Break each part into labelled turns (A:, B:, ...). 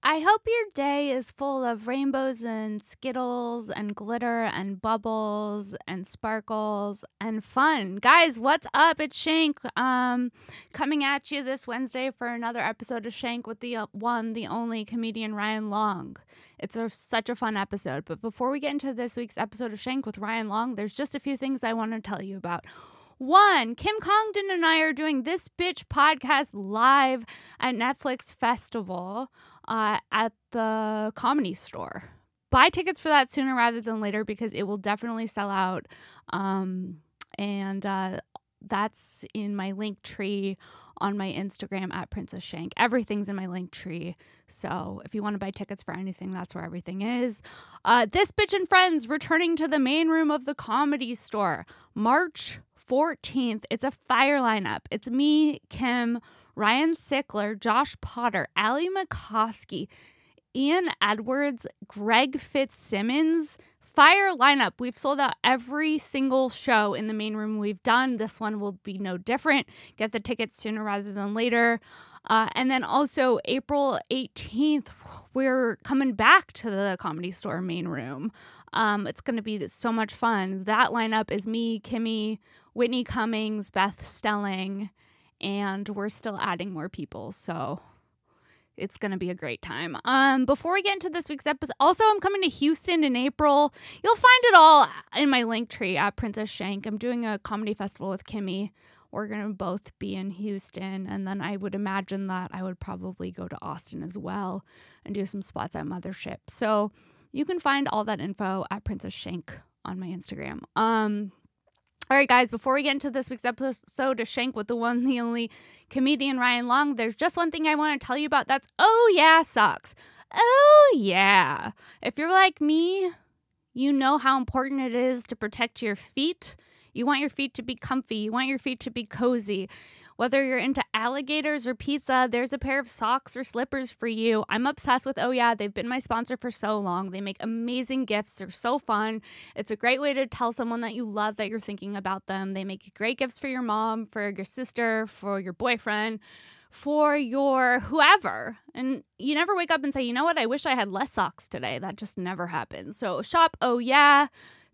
A: I hope your day is full of rainbows and skittles and glitter and bubbles and sparkles and fun. Guys, what's up? It's Shank um coming at you this Wednesday for another episode of Shank with the uh, one the only comedian Ryan Long. It's a, such a fun episode, but before we get into this week's episode of Shank with Ryan Long, there's just a few things I want to tell you about. One, Kim Congdon and I are doing this bitch podcast live at Netflix Festival uh, at the comedy store. Buy tickets for that sooner rather than later because it will definitely sell out. Um, and uh, that's in my link tree on my Instagram at Princess Shank. Everything's in my link tree. So if you want to buy tickets for anything, that's where everything is. Uh, this Bitch and Friends returning to the main room of the comedy store March 14th. It's a fire lineup. It's me, Kim, Ryan Sickler, Josh Potter, Ali McCoskey, Ian Edwards, Greg Fitzsimmons. Fire lineup. We've sold out every single show in the main room we've done. This one will be no different. Get the tickets sooner rather than later. Uh, and then also April 18th, we're coming back to the Comedy Store main room. Um, it's going to be so much fun. That lineup is me, Kimmy, Whitney Cummings, Beth Stelling, and we're still adding more people. So it's going to be a great time. Um, before we get into this week's episode, also, I'm coming to Houston in April. You'll find it all in my link tree at Princess Shank. I'm doing a comedy festival with Kimmy. We're going to both be in Houston. And then I would imagine that I would probably go to Austin as well and do some spots at Mothership. So you can find all that info at Princess Shank on my Instagram. Um, all right, guys, before we get into this week's episode of Shank with the one, the only comedian Ryan Long, there's just one thing I want to tell you about. That's Oh Yeah Socks. Oh Yeah. If you're like me, you know how important it is to protect your feet. You want your feet to be comfy, you want your feet to be cozy. Whether you're into alligators or pizza, there's a pair of socks or slippers for you. I'm obsessed with Oh Yeah. They've been my sponsor for so long. They make amazing gifts. They're so fun. It's a great way to tell someone that you love that you're thinking about them. They make great gifts for your mom, for your sister, for your boyfriend, for your whoever. And you never wake up and say, you know what, I wish I had less socks today. That just never happens. So shop Oh Yeah.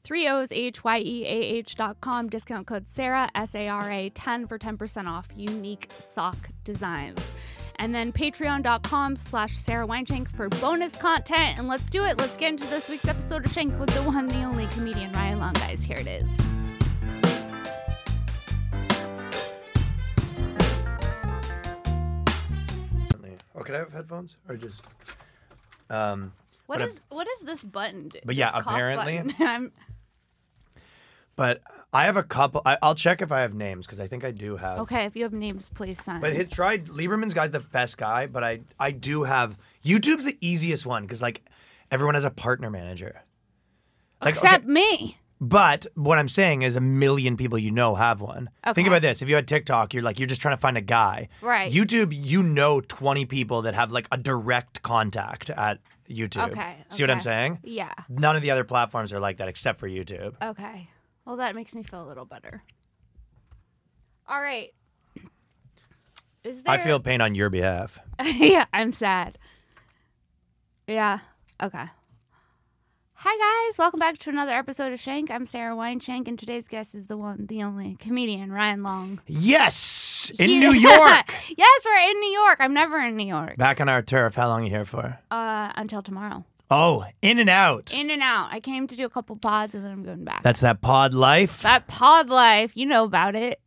A: Three O's H Y E A H dot com. Discount code Sarah, S A R A 10 for 10% off unique sock designs. And then patreon.com slash Sarah Weinshank for bonus content. And let's do it. Let's get into this week's episode of Shank with the one, the only comedian Ryan Long, guys. Here it is.
B: Definitely. Oh, could I have headphones or just? Um,
A: What
B: But
A: is what does this button do?
B: But yeah,
A: This cough
B: apparently-
A: button? I'm,
B: but I have a couple. I, I'll check if I have names because I think I do have.
A: okay, if you have names, please sign.
B: But hit try Lieberman's guy's the best guy, but I I do have YouTube's the easiest one because like everyone has a partner manager. Like, okay,
A: Except me.
B: but what I'm saying is a million people you know have one.
A: Okay.
B: Think about this: if you had TikTok, you're like you're just trying to find a guy.
A: Right.
B: YouTube, you know, 20 people that have like a direct contact at YouTube.
A: Okay,
B: See what I'm
A: okay.
B: saying?
A: Yeah.
B: None of the other platforms are like that except for YouTube.
A: Okay. Well, that makes me feel a little better. All right. Is there?
B: I feel pain on your behalf.
A: yeah, I'm sad. Yeah. Okay. Hi guys, welcome back to another episode of Shank. I'm Sarah Wineshank, and today's guest is the one, the only comedian Ryan Long.
B: Yes, in
A: Yeah.
B: New York.
A: yes, we're in New York. I'm never in New York.
B: Back on our turf. How long are you here for?
A: uh, until tomorrow.
B: Oh, in and out.
A: In and out. I came to do a couple pods, and then I'm going back.
B: That's that pod life.
A: That pod life, you know about it.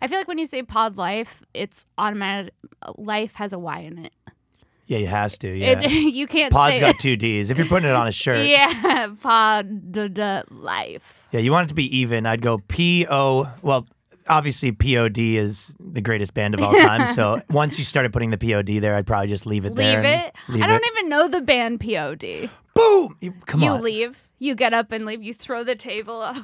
A: I feel like when you say pod life, it's automatic. Life has a Y in it.
B: yeah, you has to. Yeah.
A: it you can't
B: Pod's
A: say
B: got two D's. If you're putting it on a shirt, yeah,
A: Yeah, pod duh, duh, life.
B: you want it to be even. I'd go P O. Well, obviously P O D is the greatest band of all time. so once you started putting the P O D there, I'd probably just leave it there.
A: Leave
B: and
A: it.
B: Leave
A: I don't
B: it.
A: even know the band POD.
B: Boom. You- Come
A: you
B: on.
A: leave. You get up and leave. You throw the table. out.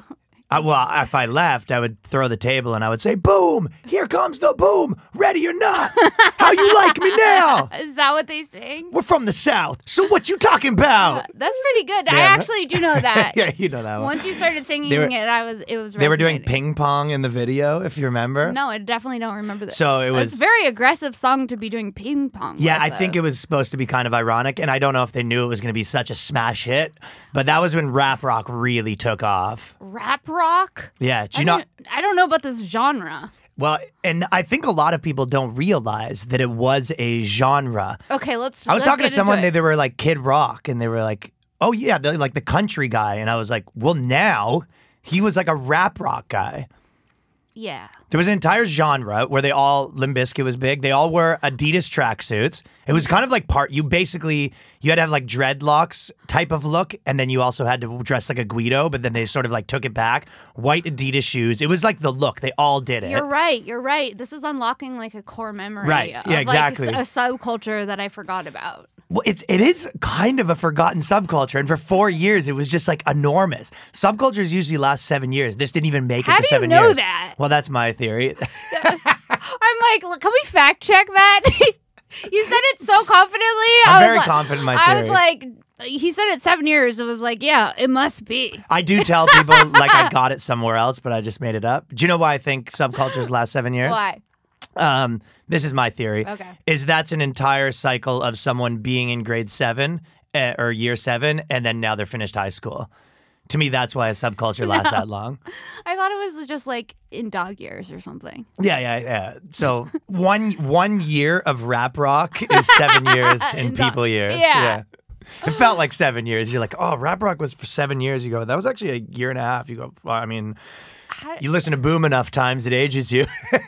B: I, well, if I left, I would throw the table and I would say, "Boom! Here comes the boom! Ready or not? How you like me now?
A: Is that what they sing?
B: We're from the South, so what you talking about?"
A: That's pretty good. I
B: Yeah.
A: actually do know that.
B: yeah, you know that one.
A: Uh, Once you started singing
B: They were-
A: it, I was it was.
B: they were doing
A: resonating.
B: ping pong in the video, if you remember.
A: No, I definitely don't remember that.
B: So it
A: It's
B: was.
A: a very aggressive song to be doing ping pong.
B: Yeah,
A: with,
B: I think
A: though.
B: it was supposed to be kind of ironic, and I don't know if they knew it was going to be such a smash hit, but that was when rap rock really took off.
A: rap rock.
B: Yeah, do you
A: I,
B: know?
A: didn't- I don't know about this genre.
B: Well, and I think a lot of people don't realize that it was a genre.
A: Okay, let's.
B: I was
A: let's
B: talking
A: get
B: to
A: into
B: someone,
A: it.
B: they, they were like Kid Rock, and they were like, oh, yeah, they're like the country guy. And I was like, well, now he was like a rap rock guy.
A: yeah.
B: There was an entire genre where they all Limp Bizkit was big. They all wore Adidas tracksuits. It was kind of like part. You basically you had to have like dreadlocks type of look, and then you also had to dress like a Guido. But then they sort of like took it back. White Adidas shoes. It was like the look. They all did it.
A: You're right. You're right. This is unlocking like a core memory.
B: Right,
A: Of,
B: yeah, exactly.
A: Like, s- a subculture that I forgot about.
B: Well, it's it is kind of a forgotten subculture, and for four years it was just like enormous. Subcultures usually last seven years. This didn't even make
A: How
B: it to
A: do you
B: seven
A: know
B: years.
A: that?
B: Well, that's my theory.
A: I'm like, "Look, can we fact check that? you said it so confidently.
B: I'm
A: I was
B: very
A: like,
B: confident in my
A: I was
B: theory.
A: like, he said it seven years. It was like, yeah, it must be.
B: I do tell people like I got it somewhere else, but I just made it up. Do you know why I think subcultures last seven years?
A: Why?
B: Um, this is my theory.
A: Okay.
B: Is that's an entire cycle of someone being in grade seven uh, or year seven, and then now they're finished high school. To me, that's why a subculture lasts that long.
A: I thought it was just like in dog years or something.
B: Yeah, yeah, yeah. So one one year of rap rock is seven years in
A: In the-
B: people years.
A: yeah. Oh.
B: yeah. It felt like seven years. You're like, oh, rap rock was for seven years. You go, that was actually a year and a half. You go, well, I mean,
A: How-
B: you listen to Boom enough times, it ages you.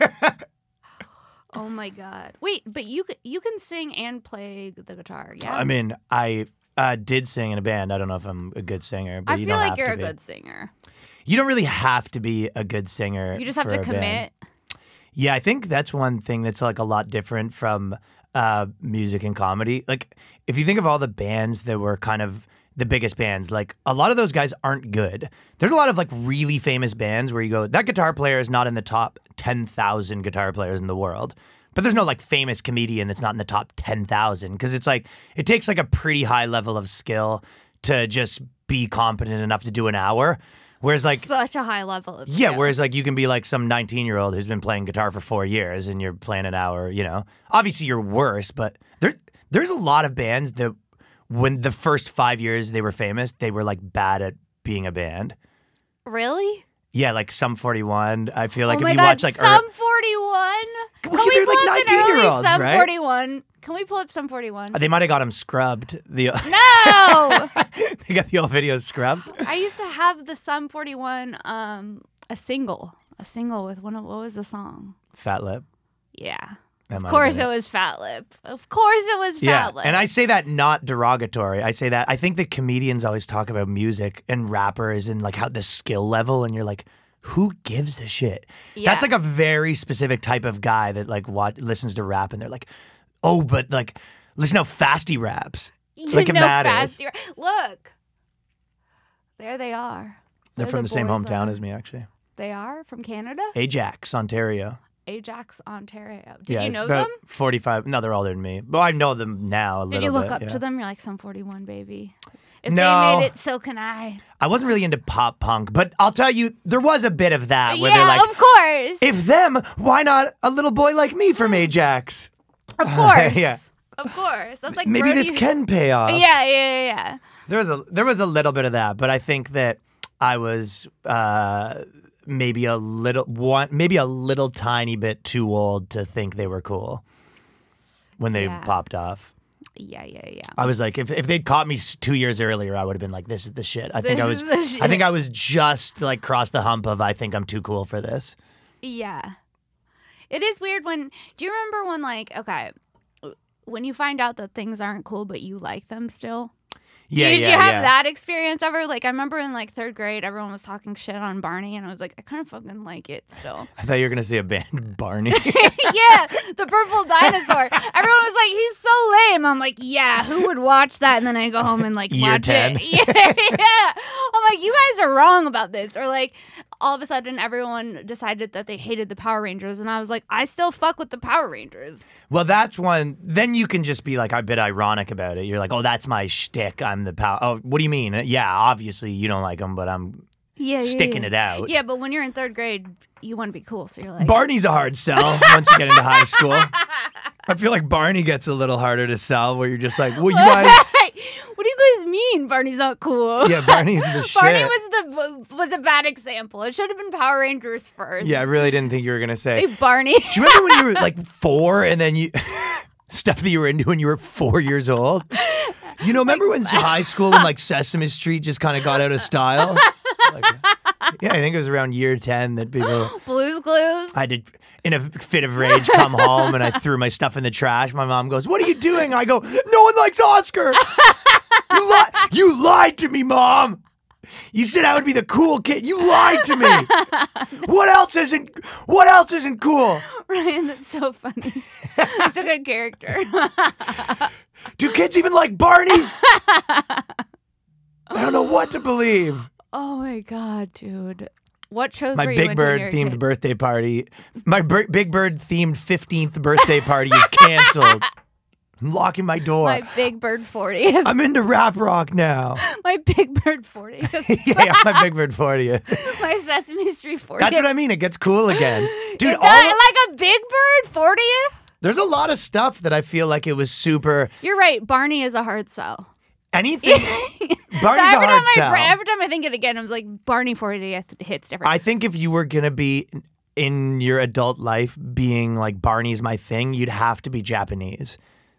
A: Oh my god! Wait, but you c- you can sing and play the guitar. Yeah,
B: I mean, I uh, did sing in a band. I don't know if I'm a good singer, but
A: I
B: you
A: feel
B: don't
A: like
B: have
A: you're
B: to
A: a
B: be.
A: good singer.
B: You don't really have to be a good singer.
A: You just have
B: for
A: to
B: a band.
A: commit.
B: Yeah, I think that's one thing that's like a lot different from uh, music and comedy. Like, if you think of all the bands that were kind of the biggest bands, like a lot of those guys aren't good. There's a lot of like really famous bands where you go, that guitar player is not in the top 10,000 guitar players in the world. But there's no like famous comedian that's not in the top 10,000 because it's like, it takes like a pretty high level of skill to just be competent enough to do an hour. Whereas, like,
A: Such a high level. Of
B: yeah,
A: skill.
B: whereas like you can be like some 19 year old who's been playing guitar for four years and you're playing an hour, you know. Obviously you're worse, but there there's a lot of bands that when the first five years they were famous, they were like bad at being a band.
A: really.
B: Yeah, like Sum 41. I feel like
A: oh
B: if
A: my
B: you
A: god!
B: watch like
A: Sum
B: er-
A: Forty One. Can
B: Well,
A: we
B: they're,
A: pull
B: like,
A: up an early
B: 19-year-olds,
A: Sum
B: right?
A: Forty One? Can we pull up Sum Forty One?
B: they might have got them scrubbed. The
A: No,
B: they got the old videos scrubbed.
A: I used to have the Sum Forty One, um, a single, a single with one of what was the song?
B: Fat lip.
A: Yeah,
B: That
A: of
B: might have
A: course
B: been
A: it was Fat Lip. Of course it was Fat
B: Yeah,
A: Lip.
B: and I say that not derogatory. I say that I think that comedians always talk about music and rappers and like how the skill level, and you're like, who gives a shit?
A: Yeah.
B: That's like a very specific type of guy that like what listens to rap, and they're like, oh, but like, listen how fast he raps.
A: You
B: Like, it
A: know
B: matters.
A: fast you're- Look. There they are.
B: They're
A: There
B: from the, same
A: boys
B: hometown
A: are.
B: as me, actually.
A: They are from Canada?
B: Ajax, Ontario.
A: Ajax, Ontario. Did
B: yeah,
A: you
B: it's
A: know
B: about
A: them?
B: 45. No, they're older than me. Well, I know them now a little
A: Did you look
B: bit,
A: up
B: yeah.
A: to them? You're like, some 41, baby. If they
B: No.
A: made it, so can I.
B: I wasn't really into pop punk, but I'll tell you, there was a bit of that Uh, where
A: Uh, yeah,
B: they're like,
A: of course.
B: If them, why not a little boy like me
A: Hmm.
B: from Ajax?
A: of course.
B: yeah.
A: Of course. That's like
B: Maybe this
A: Brody-
B: can pay off.
A: Yeah, yeah, yeah, yeah.
B: There was a there was a little bit of that, but I think that I was uh, maybe a little one, maybe a little tiny bit too old to think they were cool when they
A: Yeah.
B: popped off.
A: Yeah, yeah, yeah.
B: I was like, if, if they'd caught me s- two years earlier, I would have been like, this is the shit. I think
A: This
B: I
A: is
B: was,
A: the shit.
B: I think I was just like crossed the hump of I think I'm too cool for this.
A: Yeah. It is weird when do you remember when like okay when you find out that things aren't cool but you like them still?
B: Yeah,
A: Did
B: yeah,
A: you have
B: yeah.
A: that experience ever? Like I remember in like third grade everyone was talking shit on Barney and I was like, I kinda fucking like it still.
B: I thought you were gonna say a band, Barney.
A: yeah, the purple dinosaur. Everyone was like, He's so lame. I'm like, Yeah, who would watch that? And then I go home and like
B: Year
A: watch
B: 10.
A: it. Yeah, yeah. I'm I'm like, you guys are wrong about this. Or like, all of a sudden, everyone decided that they hated the Power Rangers, and I was like, I still fuck with the Power Rangers.
B: Well, that's one. Then you can just be like a bit ironic about it. You're like, oh, that's my shtick. I'm the power. Oh, what do you mean? Yeah, obviously you don't like them, but I'm
A: Yeah,
B: sticking it out.
A: Yeah, but when you're in third grade, you want to be cool, so you're like,
B: Barney's a hard sell once you get into high school. I feel like Barney gets a little harder to sell where you're just like, well, you guys.
A: what do you guys mean? Barney's not cool.
B: Yeah, Barney's the shit.
A: Barney was the was a bad example. It should have been Power Rangers first.
B: yeah, I really didn't think you were going to say.
A: Hey, Barney.
B: Do you remember when you were like four and then you stuff that you were into when you were four years old? You know, remember when high school when like Sesame Street just kind of got out of style? Like, yeah, I think it was around year ten that people
A: Blues Clues.
B: I did in a fit of rage come home and I threw my stuff in the trash. My mom goes, "What are you doing?" I go, "No one likes Oscar." you, li- you lied to me, mom. You said I would be the cool kid. You lied to me. what else isn't What else isn't cool?
A: Ryan, that's so funny. That's a good character.
B: Do kids even like Barney? I don't know what to believe.
A: oh my god, dude. What shows
B: My
A: were you
B: Big
A: into when
B: Bird
A: you were a
B: themed
A: kid?
B: birthday party, my bir- Big Bird themed 15th birthday party is canceled. I'm locking my door.
A: My Big Bird 40th.
B: I'm into rap rock now.
A: my Big Bird 40th.
B: yeah, yeah, my Big Bird 40th.
A: my Sesame Street 40th.
B: That's what I mean. It gets cool again. Dude,
A: Is
B: all of-
A: that like a Big Bird 40th?
B: there's a lot of stuff that I feel like it was super.
A: You're right. Barney is a hard sell.
B: Anything.
A: So
B: Barney's a
A: every,
B: hard
A: time I,
B: sell.
A: every time I think it again, I'm like, Barney 40th hits different.
B: I think if you were gonna be in your adult life being like Barney's my thing, you'd have to be Japanese.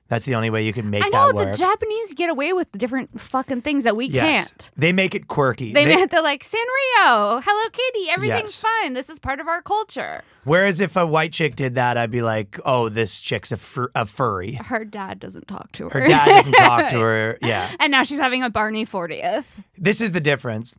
B: That's the only way you could make
A: I know
B: that
A: the
B: work.
A: Japanese get away with different fucking things that we
B: yes,
A: can't.
B: they make it quirky.
A: They,
B: They-
A: meant they're like Sanrio, Hello Kitty,
B: Yes.
A: everything's fine. This is part of our culture.
B: whereas if a white chick did that, I'd be like, "Oh, this chick's a, fur- a furry.
A: Her dad doesn't talk to her.
B: Her dad doesn't talk to her." Yeah,
A: and now she's having a Barney 40th.
B: this is the difference.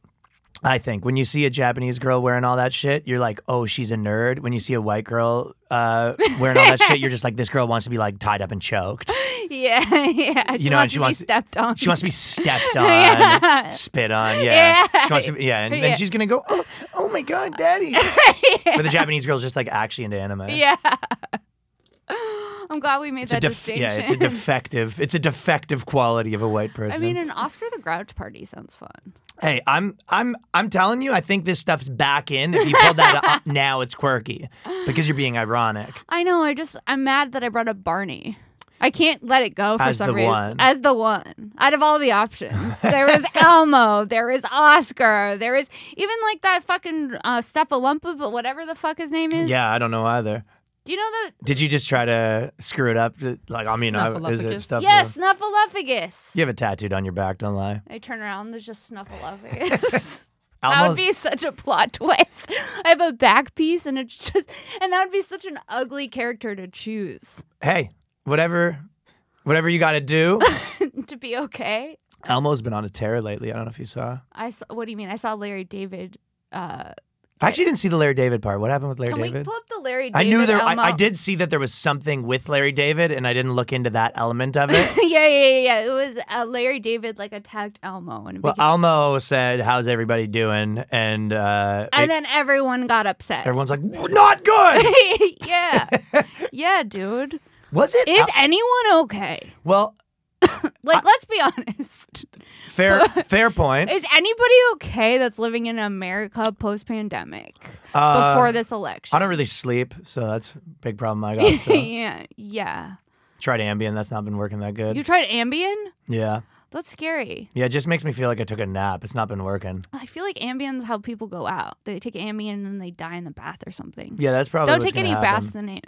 B: I think when you see a Japanese girl wearing all that shit, you're like, "Oh, she's a nerd." When you see a white girl uh, wearing all that shit, you're just like, "This girl wants to be like tied up and choked."
A: Yeah, yeah. She
B: You know, and
A: wants
B: she
A: to
B: wants-
A: be stepped on.
B: She wants to be stepped on,
A: Yeah.
B: spit on. Yeah.
A: Yeah.
B: She wants to be, yeah. And then
A: Yeah.
B: she's going to go, oh, oh my God, daddy. But the Japanese girl's just like actually into anime.
A: yeah. I'm glad we made
B: It's a
A: that
B: def-
A: distinction.
B: yeah, it's a defective, it's a defective quality of a white person.
A: I mean, an Oscar the Grouch party sounds fun.
B: hey, I'm, I'm, I'm telling you, I think this stuff's back in. If you pull that up now, it's quirky because you're being ironic.
A: I know. I just I'm mad that I brought up Barney. I can't let it go for
B: As
A: some
B: the
A: reason.
B: one.
A: As the one, out of all the options, there is Elmo, there is Oscar, there is even like that fucking uh, Stepalumpa, but whatever the fuck his name is.
B: Yeah, I don't know either.
A: Do you know
B: Did you just try to screw it up? Like, I mean, I, is it
C: Snuffleupagus.
A: the?
B: stuff?
A: Yes, Snuffleupagus.
B: You have it tattooed on your back, don't lie.
A: I turn around, there's just Snuffleupagus. That would
B: Almost-
A: be such a plot twist. I have a back piece, and it's just, and that would be such an ugly character to choose
B: hey, whatever, whatever you got to do.
A: to be okay.
B: Elmo's been on a tear lately. I don't know if you saw.
A: I saw, what do you mean? I saw Larry David. Uh,
B: I actually didn't see the Larry David part. What happened with Larry
A: can we
B: David?
A: pull up the Larry
B: I
A: David?
B: knew there. I, I
A: Elmo?
B: did see that there was something with Larry David, and I didn't look into that element of it.
A: yeah, yeah, yeah, yeah. It was uh, Larry David like attacked Elmo, and, it
B: well,
A: became-
B: Elmo said, "How's everybody doing?" And uh, it-
A: and then everyone got upset.
B: everyone's like, "We're "Not good."
A: yeah, yeah, dude.
B: was it?
A: Is
B: Uh,
A: anyone okay?
B: well,
A: Like, let's be honest.
B: fair, fair point.
A: Is anybody okay that's living in America post pandemic
B: Uh,
A: before this election?
B: I don't really sleep, so that's a big problem I got. So.
A: yeah, yeah.
B: Tried Ambien, that's not been working that good.
A: You tried Ambien?
B: yeah,
A: That's scary.
B: yeah, it just makes me feel like I took a nap. It's not been working.
A: I feel like Ambien's how people go out. They take Ambien and then they die in the bath or something.
B: Yeah, that's probably
A: Don't
B: what's
A: take
B: gonna
A: any
B: happen.
A: baths in it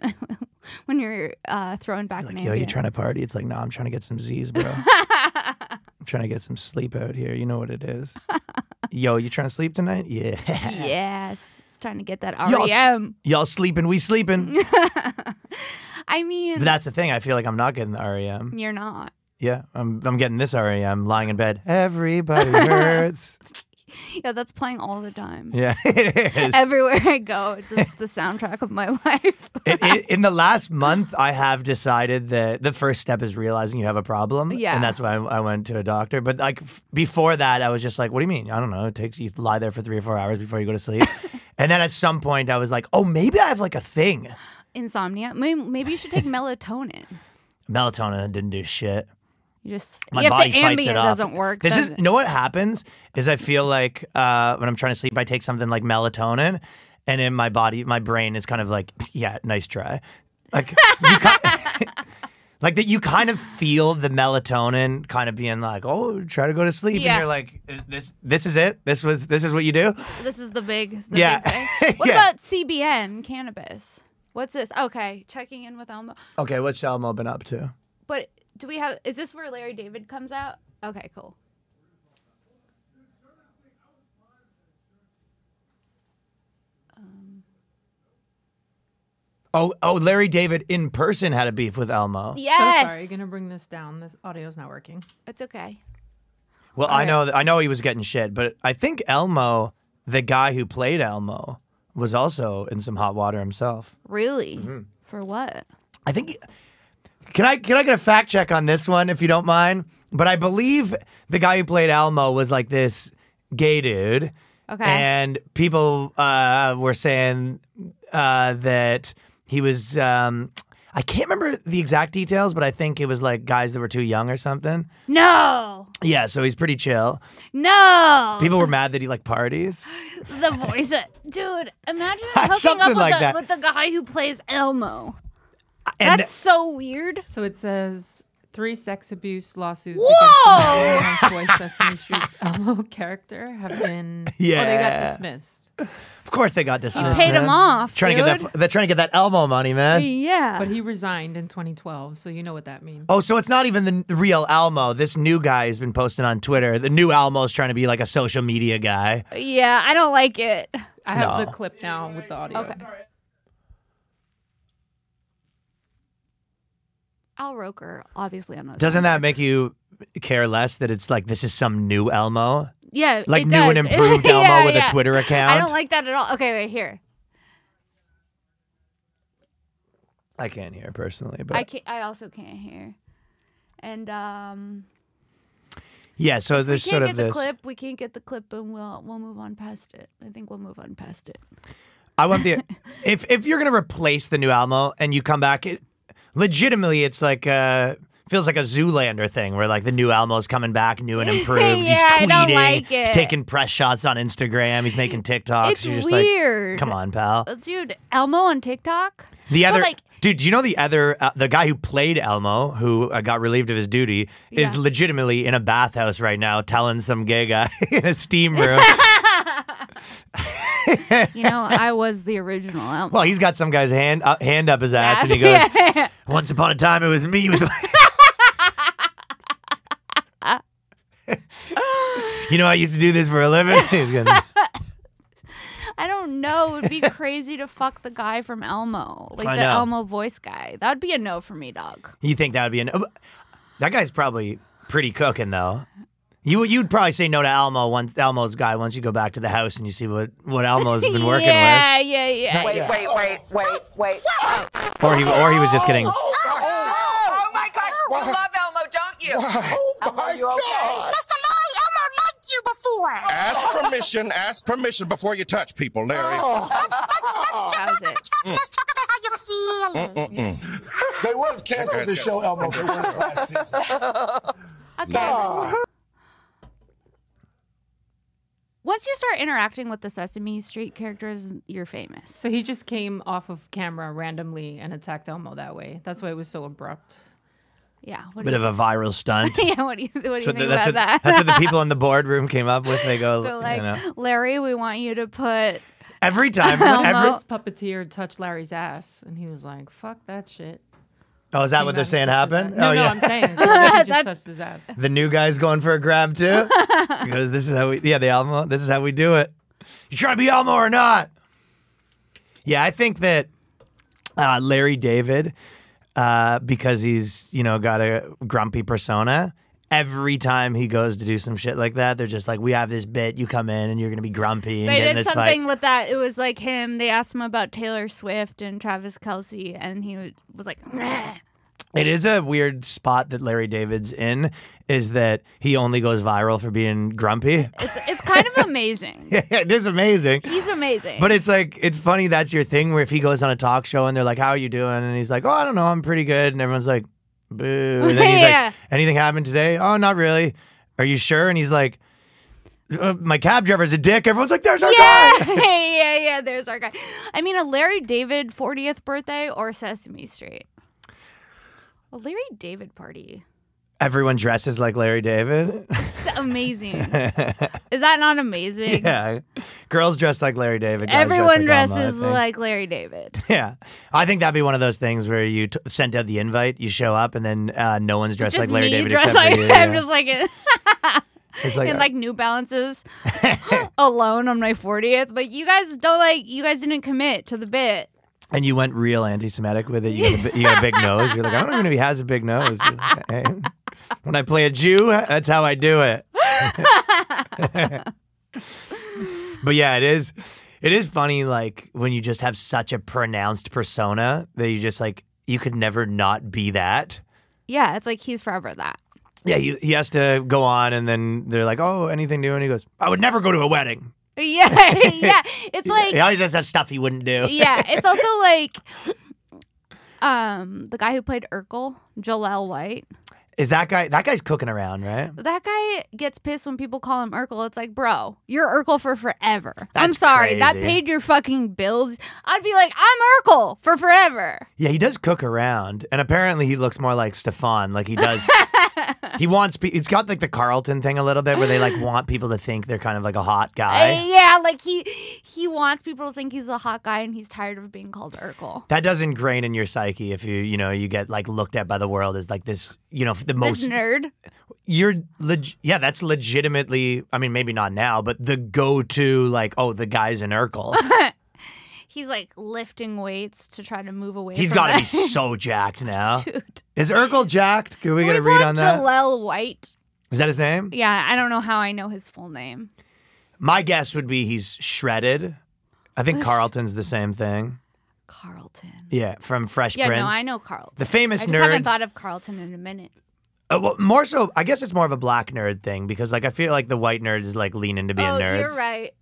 A: when you're uh, throwing back
B: Like,
A: an
B: yo, you
A: Ambien.
B: trying to party? It's like, no, I'm trying to get some Z's, bro. I'm trying to get some sleep out here. You know what it is. yo, you trying to sleep tonight? Yeah.
A: yes, it's trying to get that E
B: Y'all s-
A: REM.
B: Y'all sleeping, we sleeping.
A: I mean,
B: but that's the thing. I feel like I'm not getting the E REM.
A: you're not.
B: E Yeah, I'm, I'm getting this REM lying in bed. Everybody hurts.
A: yeah, that's playing all the time.
B: Yeah, it is.
A: Everywhere I go, it's just the soundtrack of my life.
B: It- it- in the last month, I have decided that the first step is realizing you have a problem.
A: Yeah.
B: And that's why I, I went to a doctor. But like f- before that, I was just like, what do you mean? I don't know. It takes you lie there for three or four hours before you go to sleep. and then at some point, I was like, oh, maybe I have like a thing.
A: Insomnia. May- Maybe you should take melatonin.
B: Melatonin didn't do shit.
A: You just
B: My
A: if
B: body
A: the
B: fights
A: ambient
B: it off.
A: doesn't work,
B: This
A: then
B: is you know what happens is I feel like uh, when I'm trying to sleep, I take something like melatonin, and in my body, my brain is kind of like, yeah, nice try, like you ki- like that. You kind of feel the melatonin kind of being like, oh, try to go to sleep,
A: Yeah.
B: and you're like, "Is this this is it. This was this is what you do.
A: this is the big the
B: Yeah.
A: big thing. What
B: Yeah.
A: about CBN cannabis? What's this? Okay, checking in with Elmo.
B: Okay, what's Shalmo been up to?
A: But do we have? Is this where Larry David comes out? Okay, cool.
B: Oh, oh, Larry David in person had a beef with Elmo.
A: Yes,
C: So sorry, you're gonna bring this down. This audio's not working.
A: it's okay.
B: Well, I know, I know he was getting shit, but I think Elmo, the guy who played Elmo, was also in some hot water himself.
A: Really?
B: Mm-hmm.
A: For what?
B: I think. Can I can I get a fact check on this one, if you don't mind? But I believe the guy who played Elmo was like this gay dude,
A: Okay.
B: and people uh, were saying uh, that he was. Um, I can't remember the exact details, but I think it was like guys that were too young or something.
A: No,
B: Yeah, so he's pretty chill.
A: no.
B: People were mad that he like parties.
A: the voice, dude. Imagine hooking
B: Something
A: up with,
B: like
A: the,
B: that.
A: with the guy who plays Elmo.
B: And
A: That's so weird.
C: So it says three sex abuse lawsuits
A: Whoa!
C: against the voice Sesame Street's Elmo character have been. Oh, they
B: Yeah.
C: got dismissed.
B: Of course they got dismissed.
A: paid
B: man.
A: him off,
B: Trying to get
A: dude.
B: that. They're trying to get that Elmo money, man.
A: Yeah.
C: But he resigned in 2012, so you know what that means.
B: Oh, so it's not even the n- real Elmo. This new guy has been posting on Twitter. The new Elmo's trying to be like a social media guy.
A: yeah, I don't like it.
C: I have
B: No.
C: the clip now with the audio.
A: Okay. Al Roker, obviously, I'm not.
B: Doesn't that make you care less that it's like this is some new Elmo,
A: Yeah,
B: like
A: it
B: new and
A: does.
B: improved Elmo
A: Yeah,
B: with
A: yeah.
B: a Twitter account?
A: I don't like that at all. Okay, wait here.
B: I can't hear personally, but
A: I can I also can't hear. And um,
B: yeah. So
A: we
B: there's
A: can't
B: sort
A: get
B: of
A: the
B: this.
A: clip. We can't get the clip, and we'll we'll move on past it. I think we'll move on past it.
B: I want the if if you're gonna replace the new Alamo and you come back, it legitimately it's like uh feels like a Zoolander thing where like the new Almo's coming back, new and improved.
A: Yeah,
B: he's
A: I
B: tweeting,
A: don't like
B: he's
A: it.
B: taking press shots on Instagram, he's making TikToks.
A: it's
B: you're just
A: weird.
B: like, come on, pal.
A: Uh, dude. Elmo on TikTok.
B: The
A: But,
B: other
A: like-
B: dude, do you know the other uh, the guy who played Elmo, who uh, got relieved of his duty,
A: Yeah.
B: is legitimately in a bathhouse right now, telling some gay guy in a steam room.
A: You know, I was the original Elmo.
B: well, he's got some guy's hand uh, hand up his ass, and he goes,
A: Yeah.
B: Once upon a time, it was me with. you know, I used to do this for a living. He's gonna-
A: I don't know. It'd be crazy to fuck the guy from Elmo, like
B: I
A: the
B: know.
A: Elmo voice guy. That'd be a no for me, dog.
B: you think that would be an? oh, That guy's probably pretty cooking though. You you'd probably say no to Elmo once Elmo's guy once you go back to the house and you see what what Elmo's been working
A: yeah, yeah, yeah,
D: Wait, wait, wait, wait, wait.
B: with, or he or he was just getting.
E: Oh my gosh, you love Elmo, don't you?
D: Elmo, are you okay?
F: Mr. Larry, Elmo liked you before.
G: Ask permission. Ask permission before you touch people, Larry.
F: Let's, let's, let's get
A: That was
F: back on
A: it.
F: the couch and let's talk about how you're feeling.
H: They would have canceled the show, Elmo, if it weren't for last season.
A: Okay. Once you start interacting with the Sesame Street characters, you're famous.
C: So he just came off of camera randomly and attacked Elmo that way. That's why it was so abrupt.
A: Yeah. What do
B: Bit
A: you,
B: of a viral stunt.
A: yeah. What do you, what do you
B: That's what
A: think
B: the,
A: about
B: that's, what,
A: that?
B: that's what the people in the boardroom came up with. They go,
A: They're like,
B: you know,
A: Larry, we want you to put.
B: every time.
C: Elmo's
B: Every,
C: puppeteer touched Larry's ass, and he was like, "Fuck that shit."
B: oh, is that what they're saying happened?
C: No,
B: oh,
C: no,
B: yeah.
C: I'm saying he just touched his ass.
B: the new guy's going for a grab too. because this is how we, yeah, the Alamo. This is how we do it. You trying to be Alamo or not? Yeah, I think that uh, Larry David, uh, because he's you know got a grumpy persona, every time he goes to do some shit like that, they're just like, "We have this bit. You come in and you're gonna be grumpy and
A: They
B: get in
A: did
B: this
A: something
B: fight."
A: with that. It was like him. They asked him about Taylor Swift and Travis Kelsey, and he w- was like, "Nah."
B: It is a weird spot that Larry David's in. Is that he only goes viral for being grumpy?
A: it's, it's kind of amazing.
B: it is amazing.
A: He's amazing.
B: But it's like it's funny that's your thing where if he goes on a talk show and they're like, "How are you doing?" and he's like, "Oh, I don't know, I'm pretty good," and everyone's like, "Boo!" And then he's
A: Yeah.
B: like, "Anything happened today?" "Oh, not really." "Are you sure?" and he's like, uh, "My cab driver's a dick." Everyone's like, "There's our
A: yeah,
B: guy."
A: yeah, yeah. There's our guy. I mean, a Larry David 40th birthday or Sesame Street. A Larry David party.
B: Everyone dresses like Larry David.
A: It's amazing. Is that not amazing?
B: yeah, girls dress like Larry David. guys dress
A: Everyone
B: like Alma, I
A: dresses
B: think.
A: like Larry David.
B: Yeah, I think that'd be one of those things where you t- sent out the invite, you show up, and then uh, no one's dressed
A: Just
B: like Larry
A: me
B: David
A: dressed
B: except
A: like
B: for you.
A: I'm
B: yeah.
A: just like
B: It's like, "Oh, uh,
A: in like New Balances alone on my 40th. But you guys don't like you guys didn't commit to the bit.
B: And you went real anti-Semitic with it. You got a, bi- you got a big nose. You're like, I don't even know if he has a big nose. Hey, when I play a Jew, that's how I do it. but yeah, it is. It is funny, like when you just have such a pronounced persona that you just like you could never not be that.
A: Yeah, it's like he's forever that.
B: Yeah, he, he has to go on, and then they're like, "Oh, anything new?" And he goes, "I would never go to a wedding."
A: Yeah, yeah. It's like
B: he always has that stuff he wouldn't do.
A: yeah, it's also like um the guy who played Urkel, Jalel White.
B: Is that guy? That guy's cooking around, right?
A: That guy gets pissed when people call him Urkel. It's like, bro, you're Urkel for forever. I'm
B: That's
A: sorry, that
B: crazy.
A: paid your fucking bills. I'd be like, I'm Urkel for forever.
B: Yeah, he does cook around, and apparently he looks more like Stefan. Like he does, he wants. Pe- it's got like the Carlton thing a little bit, where they like want people to think they're kind of like a hot
A: Uh,
B: guy.
A: yeah, like he he wants people to think he's a hot guy, and he's tired of being called Urkel.
B: That does ingrain in your psyche if you you know you get like looked at by the world as like this you know the
A: this
B: most
A: nerd.
B: you're leg- yeah that's legitimately I mean maybe not now but the go to like oh the guy's an Urkel
A: He's like lifting weights to try to move away.
B: he's
A: got to
B: be so jacked now
A: Dude.
B: is Urkel jacked can we
A: We
B: get a read on
A: want
B: that is
A: Jalel White.
B: that his name
A: Yeah, I don't know how I know his full name.
B: My guess would be he's shredded. I think Carlton's the same thing.
A: Carlton.
B: Yeah, from Fresh
A: Yeah,
B: Prince.
A: no, I know Carlton.
B: The
A: I
B: famous
A: just
B: nerds.
A: haven't thought of Carlton in a minute.
B: Uh, well, more so, I guess it's more of a black nerd thing because, like, I feel like the white nerd is like leaning to being
A: oh,
B: nerds.
A: you're right.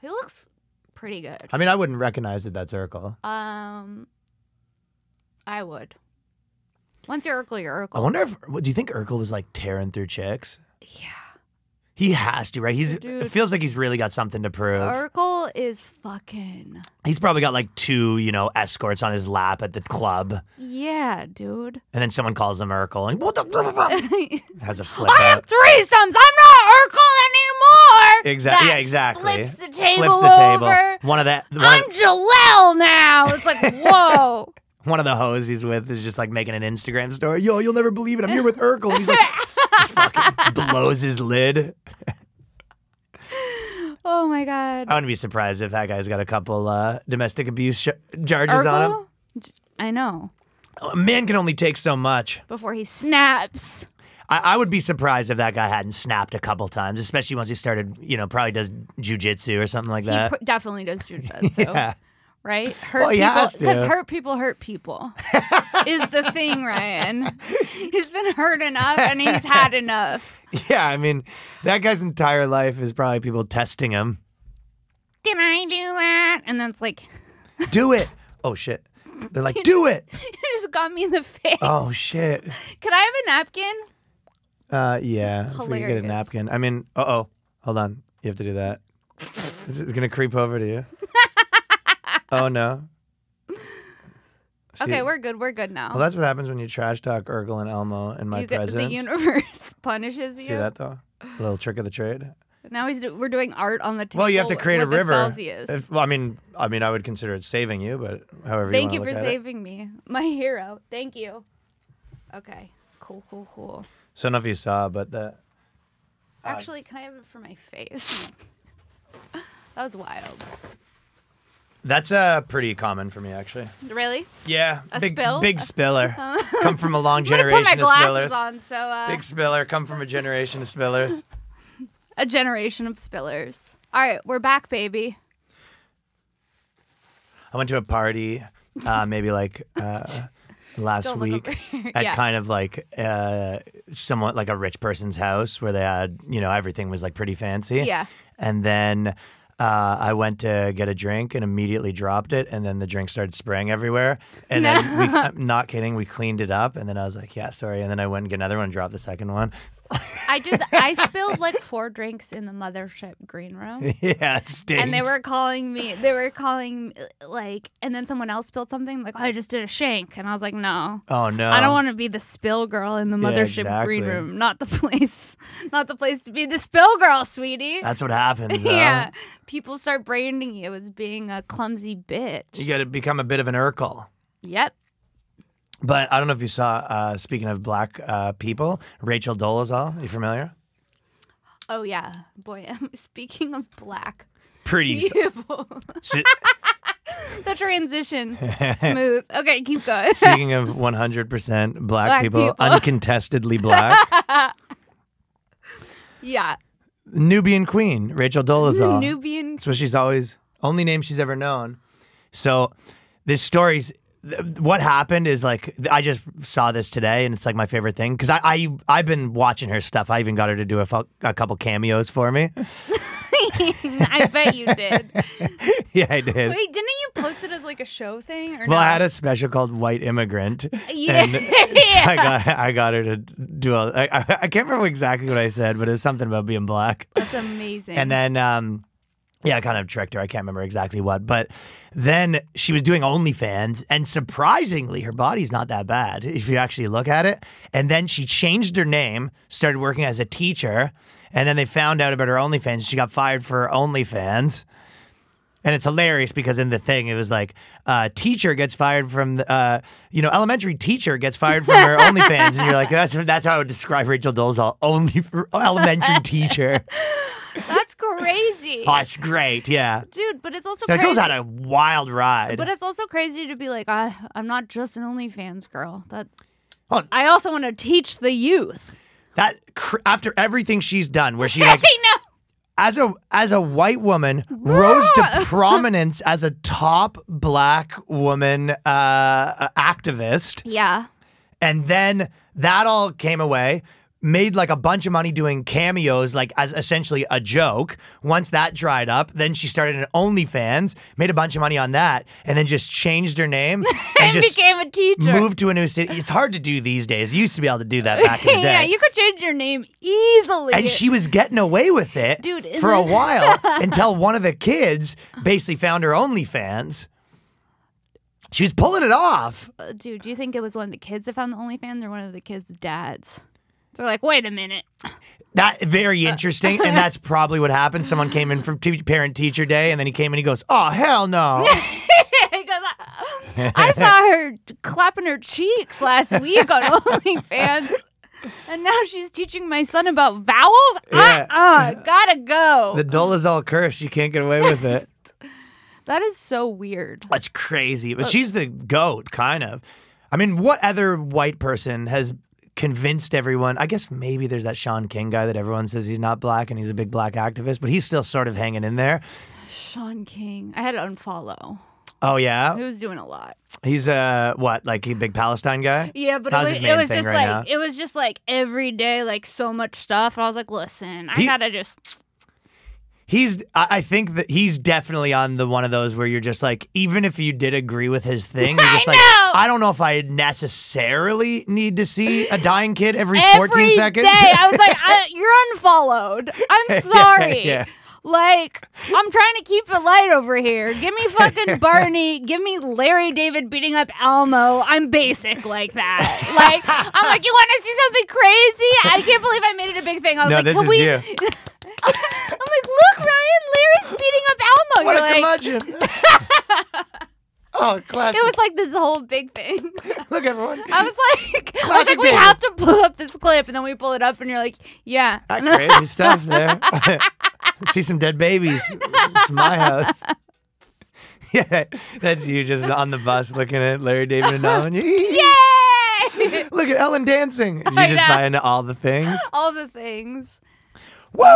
A: He looks pretty good.
B: I mean, I wouldn't recognize that that's Urkel.
A: Um, I would. Once you're Urkel, you're Urkel.
B: I wonder if what- do you think Urkel was like tearing through chicks?
A: Yeah.
B: He has to, right? He's it
A: Dude.
B: feels like he's really got something to prove.
A: Urkel is fucking.
B: he's probably got like two, you know, escorts on his lap at the club,
A: Yeah, dude.
B: and then someone calls him Urkel, and what the
A: I
B: has a flip
A: have
B: out.
A: threesomes. I'm not Urkel anymore.
B: Exactly. Yeah,
A: That
B: exactly.
A: Flips the table
B: flips the table.
A: over.
B: One of that. One
A: I'm
B: of,
A: Jalel now. It's like, whoa.
B: one of the hoes he's with is just like making an Instagram story. Yo, you'll never believe it. I'm here with Urkel. And he's like, just fucking blows his lid.
A: Oh my god.
B: I wouldn't be surprised if that guy's got a couple uh, domestic abuse sh- charges on him.
A: J- I know.
B: A man can only take so much.
A: Before he snaps.
B: I, I would be surprised if that guy hadn't snapped a couple times, especially once he started, you know, probably does jujitsu or something like
A: he
B: that.
A: pr- definitely does jujitsu.
B: Yeah.
A: Right? Hurt
B: Well, he
A: people.
B: has to.
A: Because hurt people hurt people is the thing, Ryan. He's been hurt enough and he's had enough.
B: yeah, I mean, that guy's entire life is probably people testing him.
A: Did I do that? And then it's like,
B: Do it. Oh, shit. They're like, do it.
A: you just got me in the face.
B: Oh, shit.
A: Can I have a napkin?
B: Uh, yeah. If we could get a
A: Hilarious.
B: napkin. I mean, uh oh. Hold on. You have to do that. It's it's gonna creep over to you. oh no. See,
A: Okay, we're good. We're good now.
B: Well, that's what happens when you trash talk Urkel and Elmo in my
A: you get, the
B: presence.
A: universe punishes you.
B: See that though? A little trick of the trade.
A: Now he's do- we're doing art on the table.
B: Well, you have to
A: with-
B: create a
A: with the
B: river.
A: Celsius.
B: If- well, I mean, I mean, I would consider it saving you, but however you
A: Thank
B: wanna
A: you for
B: look at it.
A: saving me, my hero. Thank you. Okay, cool, cool, cool.
B: So I don't know if you saw, but the Uh,
A: Actually, can I have it for my face? that was wild.
B: That's uh, pretty common for me, actually.
A: Really?
B: Yeah,
A: A
B: big
A: spill?
B: big spiller. come from a long
A: I'm gonna put
B: generation
A: my
B: of
A: glasses
B: spillers.
A: on, so uh,
B: Big spiller. Come from a generation of spillers.
A: a generation of spillers. All right, we're back, baby.
B: I went to a party, uh, maybe like uh, last
A: Don't look
B: week
A: over.
B: at
A: Yeah.
B: kind of like uh, somewhat like a rich person's house where they had, you know, everything was like pretty fancy.
A: Yeah.
B: And then uh, I went to get a drink and immediately dropped it. And then the drink started spraying everywhere. And then, we, I'm not kidding, we cleaned it up. And then I was like, yeah, sorry. And then I went and get another one and dropped the second one.
A: I did. th- I spilled like four drinks in the mothership green room.
B: yeah, it stinks.
A: And they were calling me. They were calling like, and then someone else spilled something. Like, oh, I just did a shank, and I was like, no,
B: Oh, no.
A: I don't want to be the spill girl in the
B: Yeah,
A: mothership green
B: exactly.
A: room. Not the place. Not the place to be the spill girl, sweetie.
B: That's what happens. Though.
A: yeah, people start branding you as being a clumsy bitch.
B: You got to become a bit of an Urkel.
A: Yep.
B: But I don't know if you saw, uh, speaking of black uh, people, Rachel Dolezal. You familiar?
A: Oh yeah. Boy, I'm speaking of black
B: Pretty. s-
A: people.
B: si-
A: the transition smooth. Okay, keep going.
B: speaking of 100% black,
A: Black people.
B: uncontestedly black,
A: yeah.
B: Nubian queen, Rachel Dolezal.
A: Nubian
B: That's what she's always, only name she's ever known. So this story's, th- what happened is like, I just saw this today and it's like my favorite thing because I, I, I've been watching her stuff. I even got her to do a, fu- a couple cameos for me.
A: I bet you did.
B: yeah, I did.
A: Wait, didn't you post it as like a show thing? Or
B: Well,
A: no?
B: I had a special called White Immigrant.
A: Yeah.
B: And so I got I got her to do all. I, I, I can't remember exactly what I said, but it was something about being black.
A: That's amazing.
B: And then, um, yeah, I kind of tricked her. I can't remember exactly what, but then she was doing OnlyFans, and surprisingly, her body's not that bad if you actually look at it. And then she changed her name, started working as a teacher, and then they found out about her OnlyFans. She got fired for her OnlyFans. And it's hilarious because in the thing it was like uh, teacher gets fired from the, uh, you know elementary teacher gets fired from her OnlyFans, and you're like that's that's how I would describe Rachel Dolezal only elementary teacher.
A: that's crazy,
B: Oh, it's great. Yeah.
A: dude. But it's also
B: That
A: crazy.
B: goes on a wild ride.
A: but it's also crazy to be like, I, I'm not just an OnlyFans girl. That
B: Oh.
A: I also want to teach the youth.
B: that cr- after everything she's done, where she like
A: I know.
B: as a as a white woman rose to prominence as a top black woman uh, uh, activist,
A: Yeah.
B: and then that all came away. Made like a bunch of money doing cameos, like as essentially a joke. Once that dried up, then she started an OnlyFans, made a bunch of money on that, and then just changed her name and,
A: And
B: just
A: became a teacher.
B: Move to a new city. It's hard to do these days. You used to be able to do that back in the day.
A: yeah, you could change your name easily.
B: and she was getting away with it
A: Dude, isn't
B: for a
A: it-
B: while until one of the kids basically found her OnlyFans. She was pulling it off.
A: Uh, dude, do you think it was one of the kids that found the OnlyFans or one of the kids' dads? They're like, wait a minute.
B: That very
A: Uh,
B: interesting, and that's probably what happened. Someone came in for t- parent teacher day, and then he came and he goes, "Oh hell no!"
A: Because I, I saw her clapping her cheeks last week on OnlyFans, and now she's teaching my son about vowels.
B: Yeah.
A: Uh, gotta go.
B: the Dolezal curse. You can't get away with it.
A: that is so weird.
B: That's crazy. But she's the goat, kind of. I mean, what other white person has convinced everyone? I guess maybe there's that Sean King guy that everyone says he's not black and he's a big black activist, but he's still sort of hanging in there.
A: Sean King. I had to unfollow.
B: Oh
A: He
B: yeah,
A: was doing a lot.
B: he's uh what like a big Palestine guy.
A: Yeah, but
B: That's
A: it was,
B: his
A: it
B: main
A: was
B: thing
A: just
B: right
A: like
B: now.
A: it was just like every day, like so much stuff. And I was like, listen, I
B: He-
A: gotta just.
B: He's I I think that he's definitely on the one of those where you're just like even if you did agree with his thing, you're just like
A: know!
B: I don't know if I necessarily need to see a dying kid every 14
A: every
B: seconds.
A: day, I was like, I, you're unfollowed. I'm sorry.
B: yeah.
A: Like, I'm trying to keep it light over here. Give me fucking Barney. Give me Larry David beating up Elmo. I'm basic like that. Like, I'm like, you want to see something crazy? I can't believe I made it a big thing. I was
B: no,
A: like,
B: this
A: can
B: is
A: we?
B: you.
A: I'm like, look, Ryan, Larry's beating up Elmo.
B: What
A: You're
B: a
A: like,
B: curmudgeon. oh, classic.
A: it was like this whole big thing.
B: Look, everyone.
A: I was like, I was
B: Classic
A: like, we
B: David.
A: have to pull up this clip, and then we pull it up, and you're like, yeah,
B: That crazy stuff there. See some dead babies. It's my house. yeah, that's you just on the bus looking at Larry David and Ellen. Yay!
A: Yay!
B: Look at Ellen dancing. You
A: I
B: just
A: know.
B: buy into all the things.
A: All the things.
B: Woo!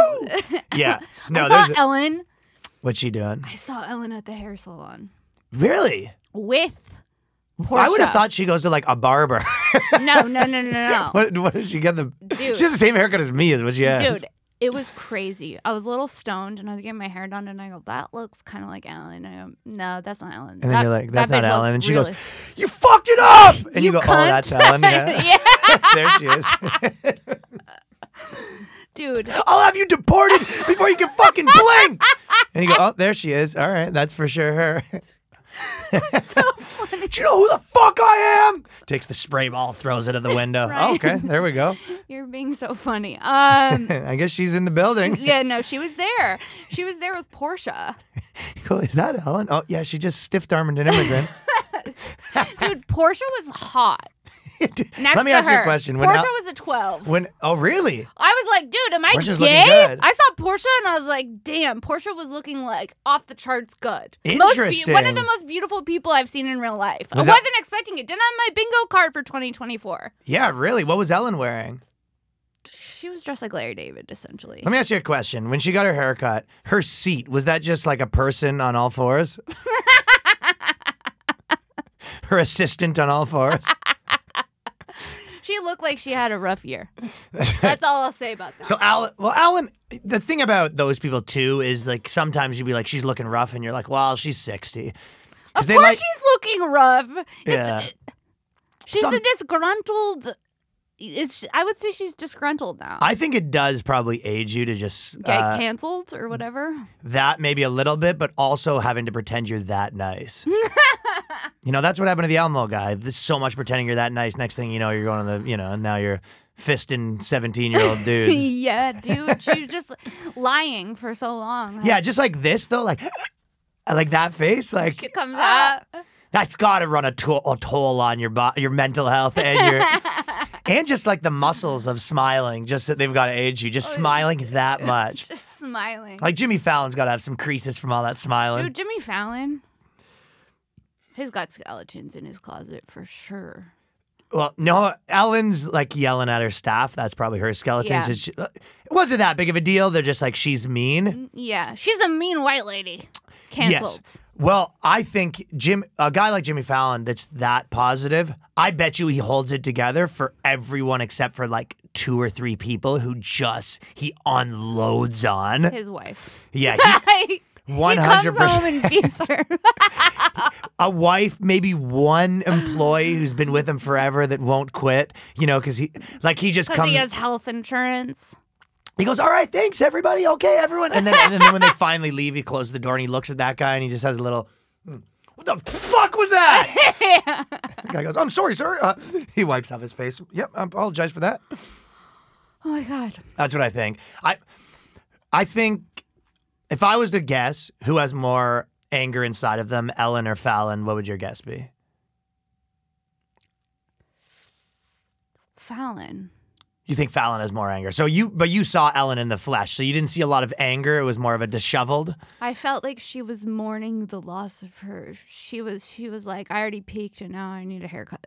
B: Yeah.
A: I
B: No,
A: saw
B: there's a-
A: Ellen.
B: what's she doing?
A: I saw Ellen at the hair salon
B: Really?
A: with.
B: I would have
A: Portia.
B: thought she goes to like a barber.
A: No, no, no, no, no.
B: what, what does she get? The
A: Dude.
B: she has the same haircut as me, is what she has.
A: Dude, it was crazy. I was a little stoned and I was getting my hair done and I go, that looks kind of like Ellen. And I go, no, that's not Ellen.
B: And then
A: that,
B: you're like, that's
A: that
B: not
A: bitch looks
B: Ellen. And she
A: really-
B: goes, You fucked it up. And
A: You
B: you, go, Oh,
A: cunt."
B: that's Ellen. Yeah. there she is.
A: Dude,
B: I'll have you deported before you can fucking blink. And you go, Oh, there she is. All right. That's for sure her. Do you know who the fuck I am? Takes the spray ball, throws it at the window.
A: Right.
B: Oh, okay, there we go.
A: you're being so funny. Um,
B: I guess she's in the building.
A: yeah, no, she was there. She was there with Portia.
B: Cool. Is that Ellen? Oh, yeah, she just stiff armed an immigrant.
A: Dude, Portia was hot. Next
B: Let
A: to
B: me ask you
A: her.
B: a question. When,
A: Portia
B: Al-
A: was a 12.
B: when oh really?
A: I was like, dude, am I
B: Portia's looking
A: gay?
B: good.
A: I saw Portia and I was like, damn, Portia was looking like off the charts good. Most be- one
B: Interesting.
A: of the most beautiful people I've seen in real life. I
B: Was that-
A: wasn't expecting it. Didn't have my bingo card for 2024.
B: Yeah, really. What was Ellen wearing?
A: She was dressed like Larry David, essentially.
B: Let me ask you a question. When she got her haircut, her seat was that just like a person on all fours? her assistant on all fours.
A: She looked like she had a rough year. That's all I'll say about that.
B: So Alan, well, Alan, the thing about those people too is like sometimes you'd be like, she's looking rough, and you're like, well, she's sixty. 'Cause
A: of
B: they
A: course
B: might-
A: she's looking rough.
B: yeah.
A: She's
B: Some-
A: a disgruntled. It's, I would say she's disgruntled now.
B: I think it does probably age you to just
A: Get
B: uh,
A: canceled or whatever.
B: that maybe a little bit, but also having to pretend you're that nice. you know, that's what happened to the Alamo guy. There's so much pretending you're that nice. Next thing you know, you're going to the, you know, and now you're fisting 17 year old dudes.
A: yeah, dude. She was just lying for so long.
B: yeah, just like this though, like, like that face,
A: It
B: like
A: comes out.
B: that's got to run a, to- a toll on your bo- your mental health and your and just like the muscles of smiling. Just that they've got to age you, just smiling that much.
A: Just smiling.
B: Like Jimmy Fallon's got to have some creases from all that smiling.
A: Dude, Jimmy Fallon. He's got skeletons in his closet for sure.
B: Well, no, Ellen's like yelling at her staff. That's probably her skeletons.
A: Yeah.
B: Is she- it wasn't that big of a deal. They're just like she's mean.
A: Yeah, she's a mean white lady. Canceled.
B: Yes. Well, I think Jim, a guy like Jimmy Fallon, that's that positive. I bet you he holds it together for everyone except for like two or three people who just he unloads on.
A: His wife.
B: Yeah,
A: he
B: one hundred
A: comes home
B: percent.
A: and beats her.
B: A wife, maybe one employee who's been with him forever that won't quit. You know, because he like he just
A: Because
B: comes.
A: he has health insurance.
B: He goes, all right, thanks everybody, okay, everyone. And then, and then when they finally leave, he closes the door and he looks at that guy and he just has a little, "Hmm, what the fuck was that? The guy goes, I'm sorry, sir. Uh, he wipes off his face. Yep, I apologize for that.
A: Oh my god.
B: That's what I think. I, I think if I was to guess who has more anger inside of them, Ellen or Fallon, what would your guess be?
A: Fallon.
B: You think Fallon has more anger. So you, but you saw Ellen in the flesh, so you didn't see a lot of anger. It was more of a disheveled.
A: I felt like she was mourning the loss of her. She was she was like, I already peaked and now I need a haircut.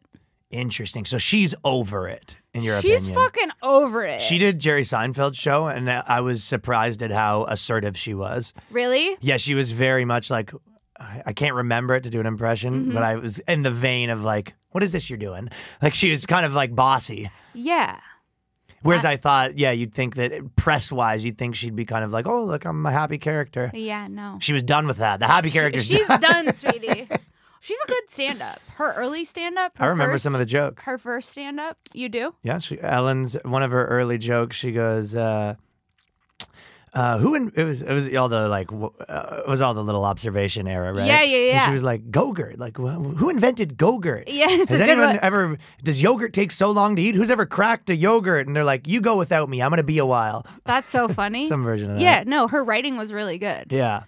B: Interesting. So she's over it, in your
A: She's
B: opinion.
A: fucking over it.
B: She did Jerry Seinfeld's show, and I I was surprised at how assertive she was.
A: really?
B: Yeah, she was very much like, I I can't remember it to do an impression, but I was in the vein of like, what is this you're doing? Like she was kind of like bossy.
A: Yeah.
B: Whereas I, thought, yeah, you'd think that press wise, you'd think she'd be kind of like, oh, look, I'm a happy character.
A: Yeah, no.
B: She was done with that. The happy character's
A: She's
B: done.
A: done, sweetie. She's a good stand up. Her early stand up.
B: I remember some of the jokes.
A: her first stand up. You do?
B: Yeah, she, Ellen's one of her early jokes. She goes, uh, uh, "Who in it was? It was all the like, w- uh, it was all the little observation era, right?
A: Yeah, yeah,
B: And
A: yeah.
B: she was like, "Gogurt, like wh- who invented Gogurt?
A: Yeah, it's a
B: has
A: good
B: anyone
A: one.
B: ever? Does yogurt take so long to eat? Who's ever cracked a yogurt? And they're like, "You go without me. I'm gonna be a while.
A: That's so funny.
B: Some version of that.
A: yeah, no, her writing was really good.
B: Yeah,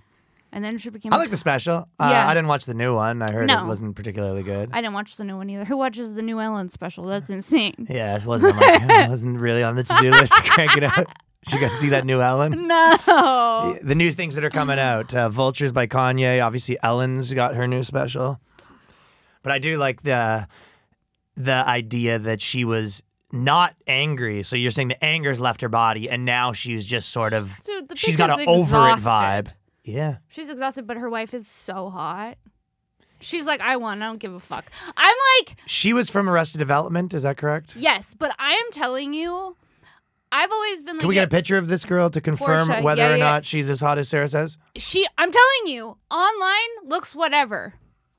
A: And then she became
B: I
A: a
B: like
A: t-
B: the special. Uh,
A: Yeah.
B: I didn't watch the new one. I heard
A: No.
B: it wasn't particularly good.
A: I didn't watch the new one either. Who watches the new Ellen special? That's insane.
B: yeah, it wasn't. On my, it wasn't really on the to do list to crank it out. She got to see that new Ellen.
A: No.
B: The new things that are coming
A: Uh-huh.
B: out. Uh, Vultures by Kanye. Obviously, Ellen's got her new special. But I do like the the idea that she was not angry. So you're saying the anger's left her body, and now she's just sort of
A: So the
B: she's
A: bitch
B: got an
A: is
B: over it
A: exhausted.
B: vibe. Yeah.
A: She's exhausted, but her wife is so hot. She's like, I won. I don't give a fuck. I'm like,
B: She was from Arrested Development. Is that correct?
A: yes, but I am telling you, I've always been like,
B: Can we get a
A: yeah,
B: picture of this girl to confirm
A: Portia,
B: whether
A: yeah,
B: or
A: yeah.
B: not she's as hot as Sarah says?
A: she. I'm telling you, online looks whatever,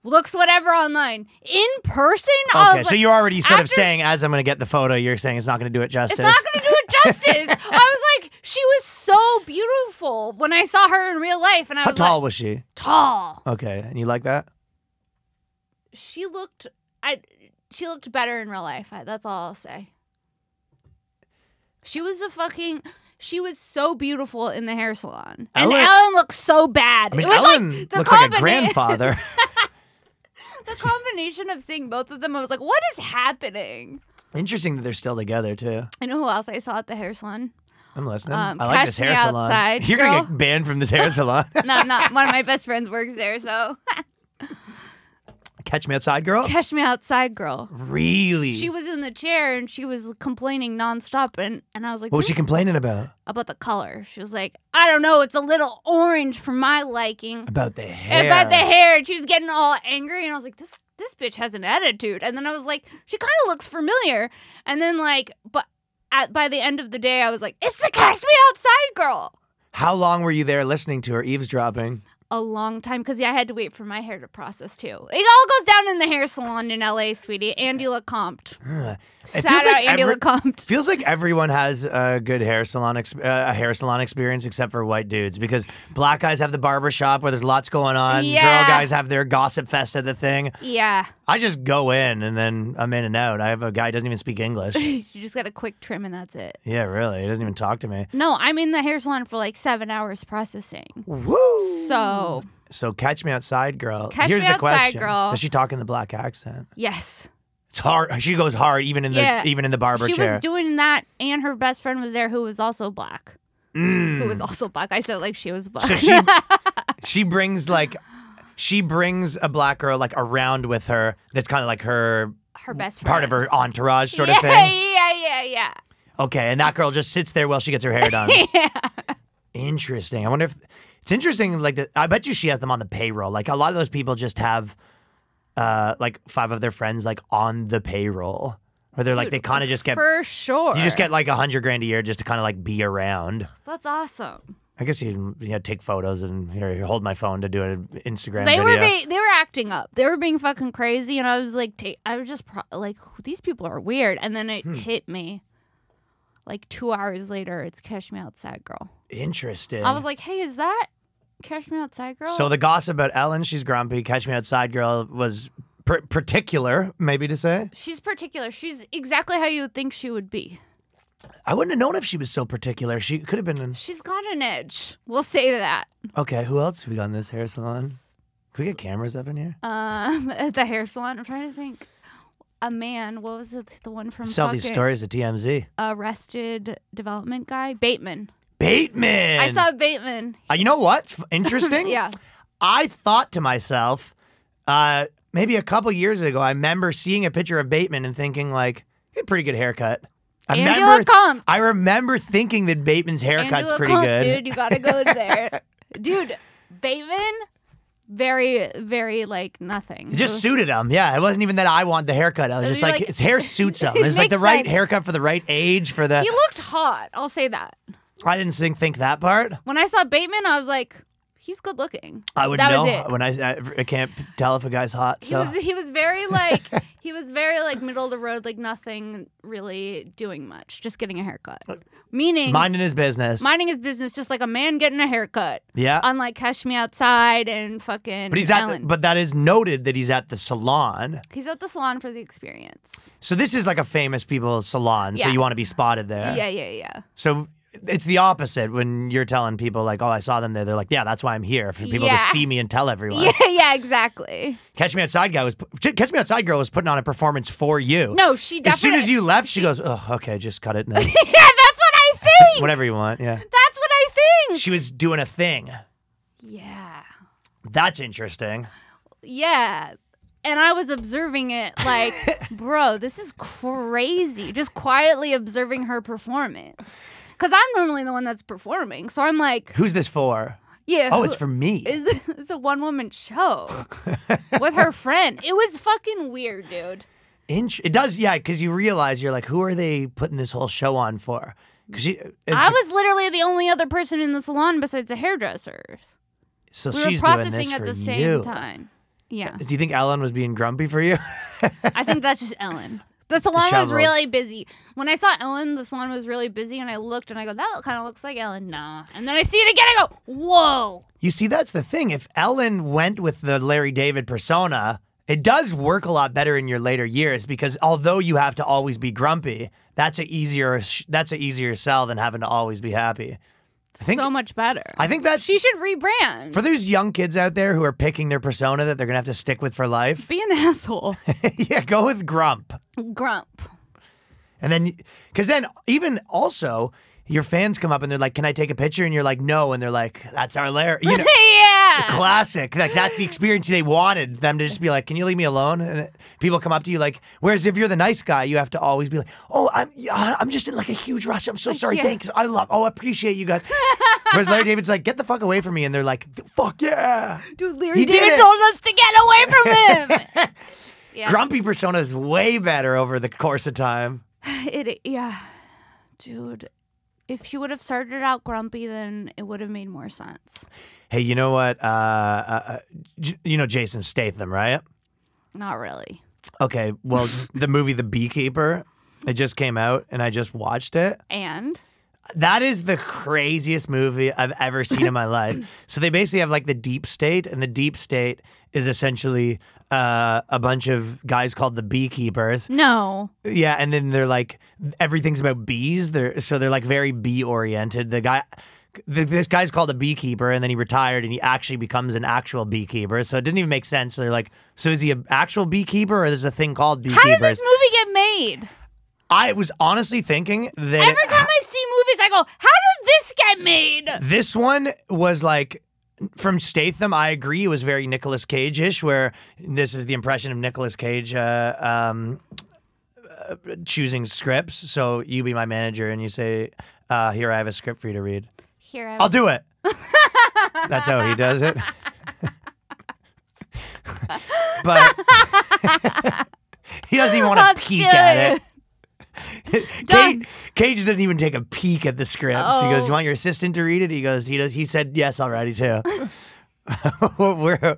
A: looks whatever online. In person, I
B: Okay,
A: was
B: so
A: like,
B: you're already sort of
A: after-
B: saying, as I'm going to get the photo, you're saying it's not going to do it justice.
A: It's not going to do it justice. I was like, she was so beautiful when I saw her in real life, and I
B: How
A: was
B: tall
A: like,
B: was she?
A: tall.
B: Okay, and you like that?
A: She looked, I, she looked better in real life. I, that's all I'll say. She was a fucking. She was so beautiful in the hair salon, and
B: Ellen-
A: Ellen, looked so bad.
B: I mean,
A: it was
B: Ellen
A: like the
B: looks like a
A: combina-
B: grandfather.
A: the combination of seeing both of them, I was like, "What is happening?"
B: Interesting that they're still together too.
A: I know who else I saw at the hair salon.
B: I'm listening.
A: Um,
B: I like
A: catch
B: this
A: me
B: hair salon.
A: outside,
B: You're gonna
A: girl.
B: get banned from this hair salon.
A: No, I'm not. One of my best friends works there, so
B: Catch me outside, girl.
A: catch me outside, girl.
B: Really?
A: she was in the chair and she was complaining nonstop and, and I was like
B: what was she
A: "This-
B: complaining about?
A: about the color. She was like, I don't know, it's a little orange for my liking.
B: About the hair.
A: And About the hair. And she was getting all angry and I was like, This this bitch has an attitude. And then I was like, she kinda looks familiar. And then like but at, by the end of the day I was like, It's the Cash Me Outside girl.
B: How long were you there listening to her eavesdropping?
A: A long time because yeah, I had to wait for my hair to process too. It all goes down in the hair salon in LA, sweetie. Andy LeCompte.
B: It
A: Shout out Andy
B: every-
A: LeCompte.
B: Feels like everyone has a good hair salon ex- uh, a hair salon experience except for white dudes because black guys have the barber shop where there's lots going on. Girl
A: Yeah.
B: guys have their gossip fest at the thing.
A: Yeah.
B: I just go in and then I'm in and out. I have a guy who doesn't even speak English.
A: You just got a quick trim and that's it.
B: yeah, really. He doesn't even talk to me.
A: No, I'm in the hair salon for like seven hours processing.
B: Woo!
A: So
B: So catch me outside, girl.
A: Catch
B: Here's
A: me
B: the
A: outside,
B: question:
A: girl.
B: Does she talk in the black accent?
A: yes,
B: It's hard. She goes hard even in the
A: Yeah.
B: even in the barber
A: she
B: chair.
A: was doing that, and her best friend was there, who was also black. Who was also black? I said it like she was black.
B: Mm. So she she brings like she brings a black girl like around with her that's kind of like her
A: her best friend.
B: part of her entourage sort of
A: Yeah,
B: thing.
A: yeah, yeah, yeah.
B: Okay, and that girl just sits there while she gets her hair done. yeah. Interesting. I wonder if it's interesting like that- I bet you she has them on the payroll. Like a lot of those people just have uh like five of their friends like on the payroll. Where they're like they kind of just get
A: for sure.
B: you just get like a hundred grand a year just to kind of like be around.
A: that's awesome.
B: I guess you you know, take photos and here, hold my phone to do an Instagram.
A: They
B: video.
A: were being, they were acting up. They were being fucking crazy, and I was like, ta- I was just pro- like, these people are weird. And then
B: Hmm.
A: it hit me, like two hours later, it's Cash Me Outside Girl.
B: Interesting.
A: I was like, hey, is that Cash Me Outside Girl?
B: so the gossip about Ellen, she's grumpy. Catch me outside, girl, was pr- particular, maybe to say.
A: She's particular. She's exactly how you would think she would be.
B: I wouldn't have known if she was so particular. She could have been. An...
A: She's got an edge. We'll say that.
B: Okay, who else we got in this hair salon? Can we get cameras up in here?
A: Um, at the hair salon, I'm trying to think. A man, what was it? The one from
B: Sell these
A: fucking
B: stories to TMZ.
A: Arrested Development guy, Bateman.
B: Bateman.
A: I saw Bateman.
B: Uh, you know what's f- interesting?
A: Yeah.
B: I thought to myself, uh, maybe a couple years ago, I remember seeing a picture of Bateman and thinking, like, he had a pretty good haircut. I
A: Angela
B: remember,
A: Compt.
B: I remember thinking that Bateman's haircut's
A: Angela
B: pretty
A: Comp,
B: good.
A: dude. You gotta go there, dude. Bateman, very, very like nothing.
B: It
A: It
B: just
A: was-
B: suited him. Yeah, it wasn't even that I wanted the haircut. I was
A: It
B: just
A: was
B: like,
A: like-
B: his hair suits him.
A: It
B: It's like the
A: makes
B: right
A: sense.
B: haircut for the right age for the.
A: he looked hot. I'll say that.
B: I didn't think think that part.
A: When I saw Bateman, I was like, he's good looking.
B: I would
A: that
B: know
A: was it.
B: when I, I I can't tell if a guy's hot.
A: He
B: So
A: was he was very like he was very like middle of the road, like nothing really doing much, just getting a haircut.
B: Uh,
A: Meaning
B: minding his business.
A: minding his business, just like a man getting a haircut.
B: yeah.
A: Unlike Cash Me Outside and fucking
B: but he's at. The,
A: Ellen.
B: but that is noted that he's at the salon.
A: he's at the salon for the experience.
B: So this is like a famous people salon. So
A: Yeah.
B: you want to be spotted there.
A: Yeah, yeah, yeah.
B: So it's the opposite when you're telling people like, "Oh, I saw them there." They're like, "Yeah, that's why I'm here for people
A: Yeah.
B: to see me and tell everyone."
A: Yeah, yeah, exactly.
B: Catch me outside guy was Catch me outside girl was putting on a performance for you.
A: No, she definitely
B: As soon as you left, she goes, "Oh, okay, just cut it now."
A: Yeah, that's what I think.
B: Whatever you want. Yeah.
A: That's what I think.
B: She was doing a thing.
A: yeah.
B: That's interesting.
A: Yeah. And I was observing it like, bro, this is crazy. Just quietly observing her performance. Cause I'm normally the one that's performing. So I'm like,
B: Who's this for?
A: yeah.
B: Oh, it's
A: who-
B: for me.
A: It's it's a one woman show with her friend. It was fucking weird, dude.
B: Int- it does, yeah, because you realize you're like, who are they putting this whole show on for? Because
A: I was literally the only other person in the salon besides the hairdressers.
B: so
A: We
B: she's
A: were
B: doing
A: processing
B: this
A: at
B: for
A: the same
B: you.
A: time. Yeah.
B: Do you think Ellen was being grumpy for you?
A: I think that's just Ellen. The salon was
B: Disheveled.
A: really busy. When I saw Ellen, the salon was really busy, and I looked and I go, that kind of looks like Ellen. Nah. And then I see it again. I go, whoa.
B: you see, that's the thing. If Ellen went with the Larry David persona, it does work a lot better in your later years because although you have to always be grumpy, that's a easier sh- that's a easier sell than having to always be happy. I think
A: so much better.
B: I think that's
A: she should rebrand.
B: for those young kids out there who are picking their persona that they're gonna have to stick with for life.
A: Be an asshole.
B: yeah, go with grump.
A: Grump.
B: And then, because then, even also, your fans come up and they're like, "Can I take a picture?" And you're like, "No," and they're like, "That's our Larry." You know,
A: yeah.
B: classic. Like that's the experience they wanted them to just be like, "Can you leave me alone?" And people come up to you like, whereas if you're the nice guy, you have to always be like, "Oh, I'm yeah, I'm just in like a huge rush. I'm so sorry.
A: Yeah.
B: Thanks. I love. Oh, I appreciate you guys." Whereas Larry David's like, "Get the fuck away from me," and they're like, "Fuck yeah!"
A: Dude, Larry
B: He did
A: David
B: it.
A: told us to get away from him. Yeah.
B: Grumpy persona is way better over the course of time.
A: it, yeah. Dude, if she would have started out grumpy, then it would have made more sense.
B: Hey, you know what? Uh, uh, uh, J- you know Jason Statham, right?
A: Not really.
B: Okay, well, the movie The Beekeeper, it just came out and I just watched it.
A: And
B: That is the craziest movie I've ever seen in my life. So they basically have like the deep state, and the deep state is essentially uh, a bunch of guys called the beekeepers.
A: no.
B: Yeah, and then they're like everything's about bees. They're so they're like very bee oriented. The guy. th- This guy's called a beekeeper, and then he retired, and he actually becomes an actual beekeeper. So it didn't even make sense. So they're like, so is he an actual beekeeper, or there's a thing called beekeepers?
A: How did this movie get made?
B: I was honestly thinking that
A: Every time I see movies, I go, "How did this get made?"
B: this one was like from Statham. I agree, it was very Nicolas Cage ish. Where this is the impression of Nicolas Cage uh, um, uh, choosing scripts. So you be my manager, and you say, uh, "Here, I have a script for you to read.
A: Here, I
B: I'll do it." That's how he does it. but he doesn't even want
A: Let's
B: to
A: do
B: peek at
A: it.
B: it. Cage,
A: Done.
B: Cage doesn't even take a peek at the scripts. He goes,
A: Oh.
B: "You want your assistant to read it?" He goes, "He does." He said yes already too. we're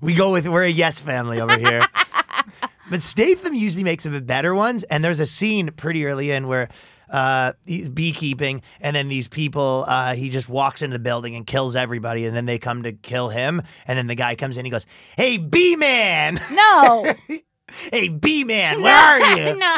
B: we go with we're a yes family over here. but Statham usually makes a bit better ones, and there's a scene pretty early in where. Uh, he's beekeeping, and then these people. Uh, he just walks into the building and kills everybody, and then they come to kill him. And then the guy comes in. He goes, "Hey, bee man!
A: no,
B: Hey, bee man! Where are you?"
A: no.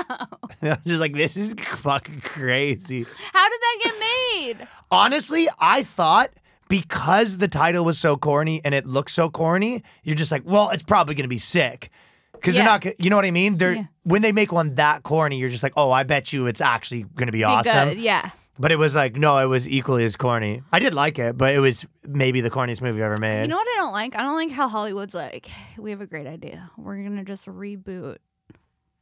B: I'm just like, this is fucking crazy.
A: How did that get made?
B: Honestly, I thought because the title was so corny and it looked so corny, you're just like, well, it's probably gonna be sick. Because
A: Yeah.
B: they're not, gonna- you know what I mean? They're
A: Yeah.
B: when they make one that corny, you're just like, oh, I bet you it's actually gonna be
A: Be
B: awesome.
A: Good. Yeah.
B: But it was like, no, it was equally as corny. I did like it, but it was maybe the corniest movie ever made.
A: You know what I don't like? I don't like how Hollywood's like, we have a great idea. We're gonna just reboot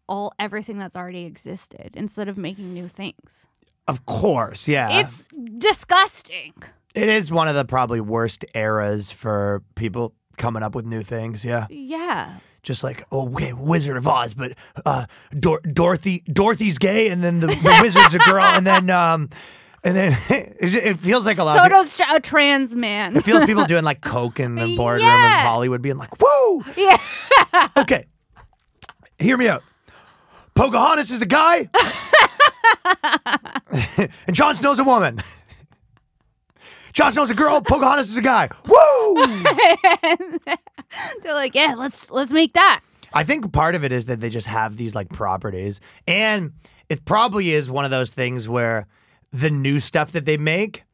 A: all everything that's already existed instead of making new things.
B: of course, yeah.
A: it's disgusting.
B: it is one of the probably worst eras for people coming up with new things. Yeah.
A: Yeah.
B: just like oh, okay, Wizard of Oz, but uh, Dor- Dorothy Dorothy's gay, and then the, the wizard's a girl, and then um, and then it it feels like a lot. Of,
A: Toto's tra- a trans man.
B: it feels people doing like coke in the boardroom
A: Yeah.
B: in Hollywood, being like, "Whoa,
A: yeah.
B: okay, hear me out." Pocahontas is a guy, and Jon Snow's a woman. Jon Snow's a girl. Pocahontas is a guy. Woo!
A: They're like, yeah, let's let's make that.
B: I think part of it is that they just have these like properties. And it probably is one of those things where the new stuff that they make,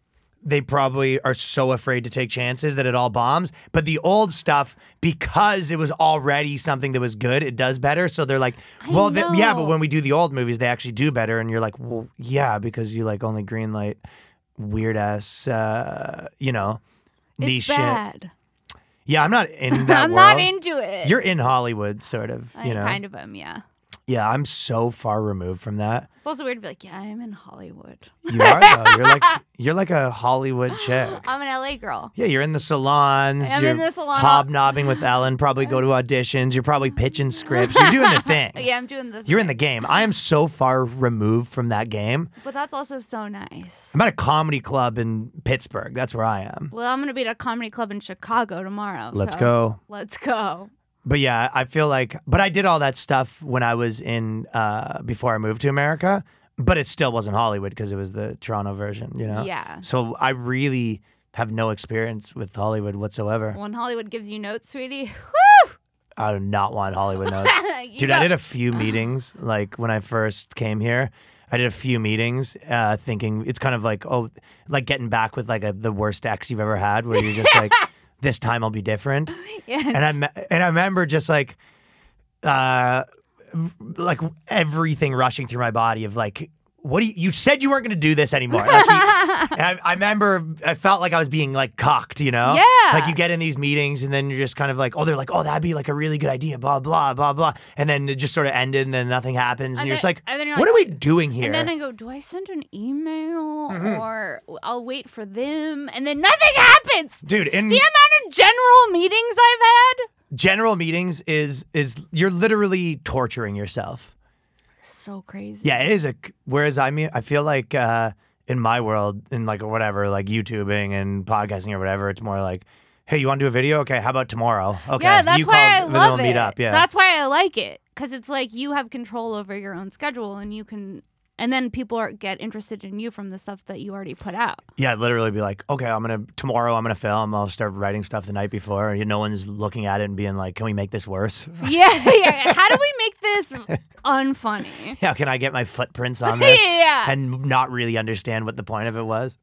B: they probably are so afraid to take chances that it all bombs. But the old stuff, because it was already something that was good, it does better. So they're like, well, th- yeah, but
A: know.
B: when we do the old movies, they actually do better. And you're like, well, yeah, because you like only greenlight weird ass, uh, you know, niche
A: It's
B: shit.
A: bad.
B: Yeah, I'm not in that
A: I'm
B: world.
A: not into it.
B: You're in Hollywood, sort of.
A: I
B: You know,
A: kind of am, yeah.
B: yeah. I'm so far removed from that.
A: It's also weird to be like, yeah, I'm in Hollywood.
B: You are though. You're like you're like a Hollywood chick.
A: I'm an LA girl.
B: Yeah, you're in the salons.
A: I am
B: you're
A: in the salon.
B: Hobnobbing with Ellen. Probably go to auditions. You're probably pitching scripts. You're doing the thing.
A: Yeah, I'm doing the.
B: You're in the game. I am so far removed from that game.
A: But that's also so nice.
B: I'm at a comedy club in Pittsburgh. That's where I am.
A: Well, I'm gonna be at a comedy club in Chicago tomorrow.
B: Let's
A: so
B: go.
A: Let's go.
B: But yeah, I feel like, but I did all that stuff when I was in, uh, before I moved to America, but it still wasn't Hollywood because it was the Toronto version, you know?
A: Yeah.
B: So I really have no experience with Hollywood whatsoever.
A: When Hollywood gives you notes, sweetie. Woo!
B: I do not want Hollywood notes.
A: You
B: Dude, I
A: go-
B: did a few meetings like when I first came here. I did a few meetings uh, thinking it's kind of like, oh, like getting back with like a, the worst ex you've ever had where you're just like, this time I'll be different.
A: Yes.
B: And I, me- and I remember just like, uh, like everything rushing through my body of like, what do you, you said you weren't going to do this anymore. Like you, and I, I remember I felt like I was being like cocked, you know?
A: Yeah.
B: Like you get in these meetings and then you're just kind of like, oh, they're like, oh, that'd be like a really good idea, blah, blah, blah, blah. And then it just sort of ended and then nothing happens. And,
A: And
B: you're
A: then-
B: just like,
A: and then you're
B: what
A: like-
B: are we doing here? Mm-hmm.
A: And then I go, do I send an email or I'll wait for them? And then nothing happens.
B: Dude, in
A: The amount of general meetings I've had.
B: general meetings is is you're literally torturing yourself.
A: So crazy.
B: Yeah, it is a. c- Whereas I mean, I feel like uh, in my world, in like whatever, like YouTubing and podcasting or whatever, it's more like, hey, you want to do a video? Okay, how about tomorrow? Okay,
A: Yeah, that's
B: you
A: why I
B: call, and then
A: love
B: we'll
A: it.
B: meet up. Yeah,
A: That's why I like it because it's like you have control over your own schedule and you can, and then people are, get interested in you from the stuff that you already put out.
B: yeah. I'd literally be like, okay, I'm gonna tomorrow. I'm gonna film. I'll start writing stuff the night before. And no one's looking at it and being like, can we make this worse?
A: yeah, yeah, yeah. How do we make this unfunny?
B: how can I get my footprints on this?
A: Yeah.
B: and not really understand what the point of it was.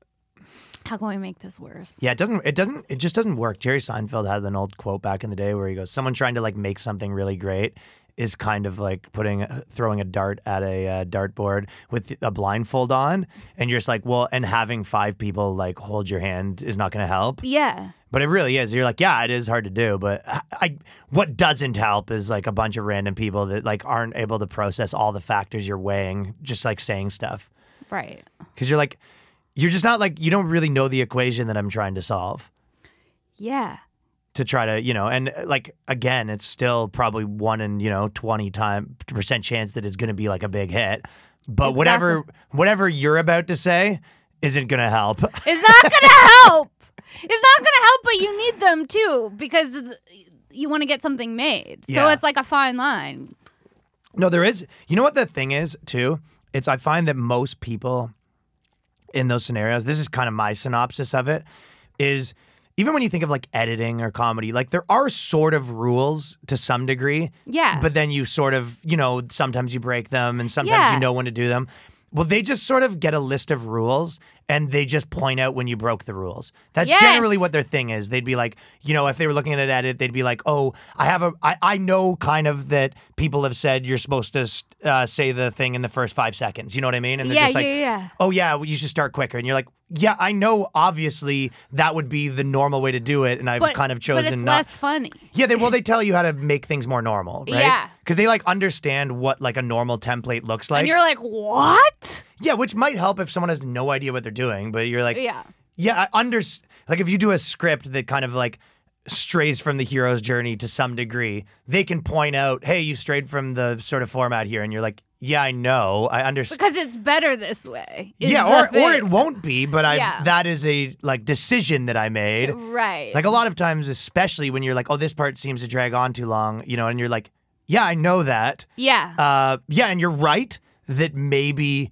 A: How can we make this worse?
B: Yeah, it doesn't. It doesn't. It just doesn't work. Jerry Seinfeld had an old quote back in the day where he goes, "Someone trying to like make something really great is kind of like putting uh, throwing a dart at a uh, dartboard with a blindfold on, and you're just like, well, and having five people like hold your hand is not going to help.
A: Yeah.
B: But it really is. You're like, yeah, it is hard to do, but I, I what doesn't help is like a bunch of random people that like aren't able to process all the factors you're weighing, just like saying stuff
A: Right.
B: because you're like. You're just not like you don't really know the equation that I'm trying to solve.
A: Yeah.
B: to try to you know and uh, like again it's still probably one in you know 20 time percent chance that it's going to be like a big hit but whatever whatever you're about to say isn't going to help
A: It's not gonna help. It's not gonna help, but you need them too because th- you want to get something made. So
B: Yeah.
A: it's like a fine line.
B: no there is you know what the thing is too it's i find that most people in those scenarios this is kind of my synopsis of it is even when you think of like editing or comedy like there are sort of rules to some degree
A: Yeah.
B: but then you sort of you know sometimes you break them and sometimes
A: Yeah.
B: you know when to do them well they just sort of get a list of rules and they just point out when you broke the rules that's
A: Yes.
B: generally what their thing is they'd be like you know if they were looking at an edit they'd be like oh i have a i, I know kind of that people have said you're supposed to uh, say the thing in the first five seconds you know what i mean and they're
A: Yeah,
B: just like
A: yeah, yeah.
B: oh yeah well, you should start quicker and you're like yeah i know obviously that would be the normal way to do it and i've
A: but
B: kind of
A: but
B: chosen
A: it's
B: not
A: less funny.
B: yeah, they well they tell you how to make things more normal, right?
A: Yeah.
B: Because they like understand what like a normal template looks like.
A: and you're like, what?
B: yeah, which might help if someone has no idea what they're doing, but you're like,
A: Yeah.
B: yeah, I under like if you do a script that kind of like strays from the hero's journey to some degree, they can point out, hey, you strayed from the sort of format here, and you're like, yeah, I know, I understand.
A: Because it's better this way. is
B: yeah,
A: the
B: or or it
A: thing.
B: won't be, but I
A: Yeah.
B: have that is a like decision that I made.
A: Right.
B: Like a lot of times, especially when you're like, oh, this part seems to drag on too long, you know, and you're like, yeah, I know that.
A: yeah.
B: Uh, yeah, and you're right that maybe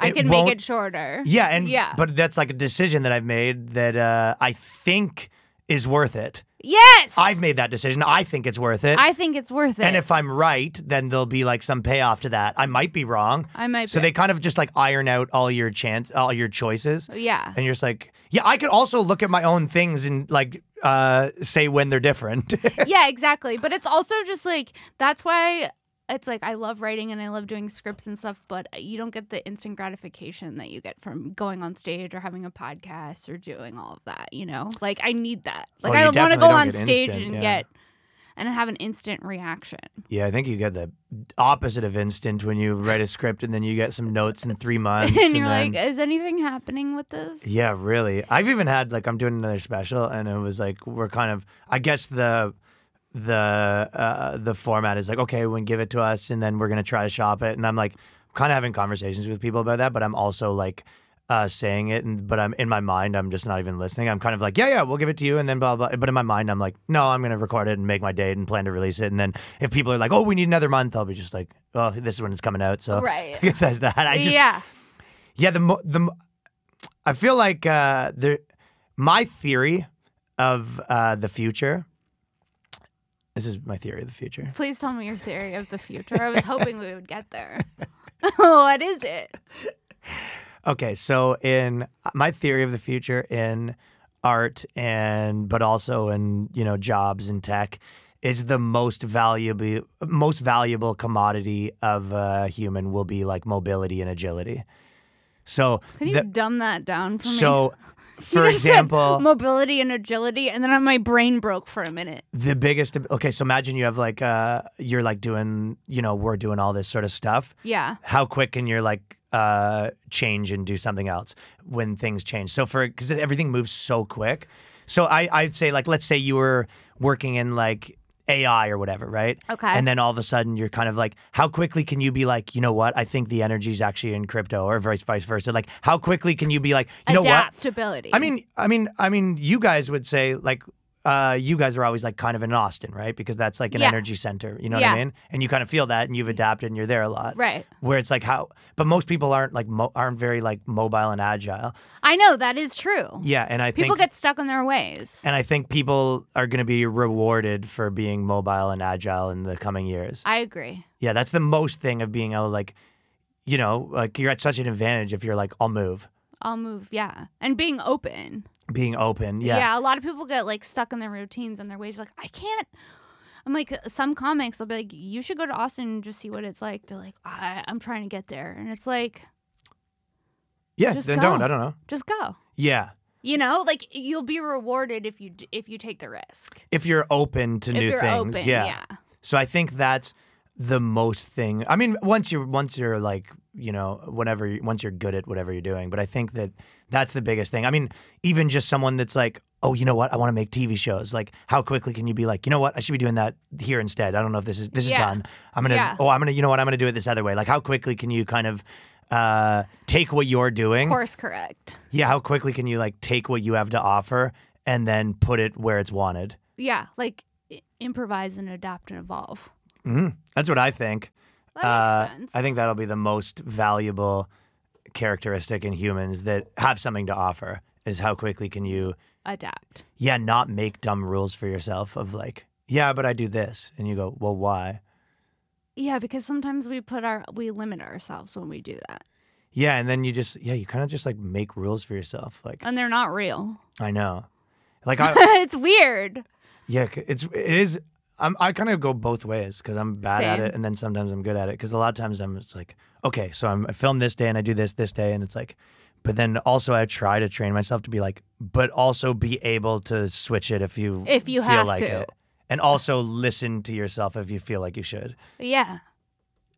A: I
B: it
A: can
B: won't-
A: make it shorter.
B: Yeah, and
A: Yeah.
B: but that's like a decision that I've made that uh, I think is worth it.
A: Yes.
B: I've made that decision. I think it's worth it.
A: I think it's worth it.
B: and if I'm right, then there'll be like some payoff to that. I might be wrong.
A: I might
B: So
A: be.
B: they kind of just like iron out all your chance, all your choices.
A: Oh, Yeah.
B: And you're just like, yeah, I could also look at my own things and like uh, say when they're different.
A: yeah, exactly. But it's also just like that's why it's like I love writing and I love doing scripts and stuff, but you don't get the instant gratification that you get from going on stage or having a podcast or doing all of that, you know? Like I need that. Like
B: Oh, you
A: I want to
B: definitely
A: go
B: don't
A: on
B: get
A: stage
B: instant,
A: and
B: yeah.
A: get and have an instant reaction.
B: yeah, I think you get the opposite of instant when you write a script and then you get some notes in three months.
A: and you're
B: then-
A: like, is anything happening with this?
B: Yeah, really. I've even had like I'm doing another special, and it was like we're kind of. I guess the the uh, the format is like okay, when give it to us, and then we're gonna try to shop it. And I'm like kind of having conversations with people about that, but I'm also like uh, saying it, and but I'm in my mind, I'm just not even listening. I'm kind of like yeah, yeah, we'll give it to you, and then blah blah. But in my mind, I'm like no, I'm gonna record it and make my date and plan to release it. And then if people are like oh, we need another month, I'll be just like oh, this is when it's coming out. So
A: Right.
B: I guess that's that. I just
A: yeah.
B: yeah, the mo- the mo- I feel like uh, the my theory of uh, the future. This is my theory of the future.
A: Please tell me your theory of the future. I was hoping we would get there. what is it?
B: Okay, so in my theory of the future in art and but also in you know jobs and tech is the most valuable most valuable commodity of a human will be like mobility and agility. So
A: Can you
B: the-
A: dumb that down for me?
B: so
A: You
B: for
A: just said
B: example
A: mobility and agility, and then my brain broke for a minute.
B: the biggest okay so imagine you have like uh you're like doing you know we're doing all this sort of stuff
A: Yeah.
B: how quick can your like uh change and do something else when things change so for because everything moves so quick so i i'd say like let's say you were working in like ai or whatever right
A: Okay.
B: and then all of a sudden you're kind of like how quickly can you be like you know what i think the energy is actually in crypto or vice vice versa like how quickly can you be like you know what
A: Adaptability.
B: I mean, I mean, I mean, you guys would say like, uh, you guys are always like kind of in Austin, right? Because that's like an
A: Yeah.
B: energy center. You know what
A: Yeah.
B: I mean? And you kind of feel that, and you've adapted, and you're there a lot.
A: Right.
B: Where it's like how, but most people aren't like mo- aren't very like mobile and agile.
A: I know that is true.
B: Yeah, and I
A: People
B: think
A: get stuck in their ways.
B: and I think people are going to be rewarded for being mobile and agile in the coming years.
A: I agree.
B: yeah, that's the most thing of being able to, like, you know, like you're at such an advantage if you're like I'll move,
A: I'll move. Yeah. And being open.
B: being open.
A: A lot of people get like stuck in their routines and their ways. Like, I can't. I'm like, some comics will be like, you should go to Austin and just see what it's like. They're like, I, I'm trying to get there. And it's like,
B: yeah.
A: Just
B: then
A: go.
B: don't. I don't know.
A: just go.
B: Yeah.
A: You know, like you'll be rewarded if you d- if you take the risk.
B: if you're open to
A: If
B: new
A: you're
B: things
A: open,
B: yeah.
A: yeah.
B: so i think that's the most thing i mean once you're once you're like you know whatever you- once you're good at whatever you're doing but i think that that's the biggest thing i mean even just someone that's like oh you know what i want to make tv shows like how quickly can you be like you know what i should be doing that here instead i don't know if this is this
A: Yeah.
B: is done i'm gonna
A: Yeah.
B: oh i'm gonna you know what i'm gonna do it this other way like how quickly can you kind of uh take what you're doing
A: Course correct.
B: yeah how quickly can you like take what you have to offer and then put it where it's wanted
A: Yeah, like i- improvise and adapt and evolve.
B: Mm-hmm. That's what I think.
A: That makes sense.
B: Uh, I think that'll be the most valuable characteristic in humans that have something to offer is how quickly can you,
A: Adapt.
B: yeah, not make dumb rules for yourself of like, yeah, but I do this. And you go, well, why?
A: Yeah, because sometimes we put our we limit ourselves when we do that,
B: Yeah. And then you just, yeah, you kind of just like make rules for yourself. Like,
A: and they're not real.
B: I know. Like, I,
A: it's weird.
B: yeah, c- it's, it is, I'm, I kind of go both ways because I'm bad at
A: Same.
B: it. And then sometimes I'm good at it because a lot of times I'm just like, okay, so I'm, I film this day and I do this this day. And it's like, but then also I try to train myself to be like, but also be able to switch it if you
A: If you
B: feel
A: have
B: like
A: to.
B: it, and also listen to yourself if you feel like you should.
A: Yeah,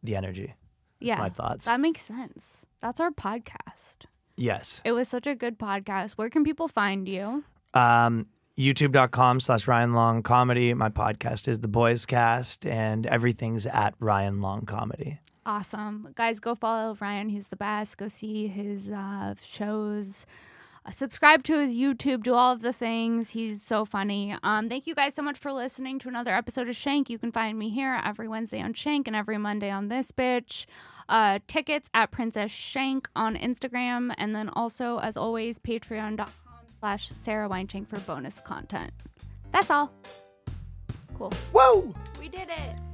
B: The energy,
A: yeah.
B: my thoughts.
A: That makes sense. That's our podcast.
B: yes.
A: It was such a good podcast. Where can people find you?
B: Um, YouTube.com slash Ryan Long Comedy. My podcast is The Boys Cast, and everything's at Ryan Long Comedy.
A: Awesome. Guys, go follow Ryan. He's the best. Go see his uh, shows. Uh, subscribe to his YouTube. Do all of the things. He's so funny. Um, thank you guys so much for listening to another episode of Shank. You can find me here every Wednesday on Shank and every Monday on This Bitch. Uh, tickets at Princess Shank on Instagram. And then also, as always, patreon.com slash Sarah Weinshank for bonus content. That's all. Cool.
B: Whoa!
A: We did it.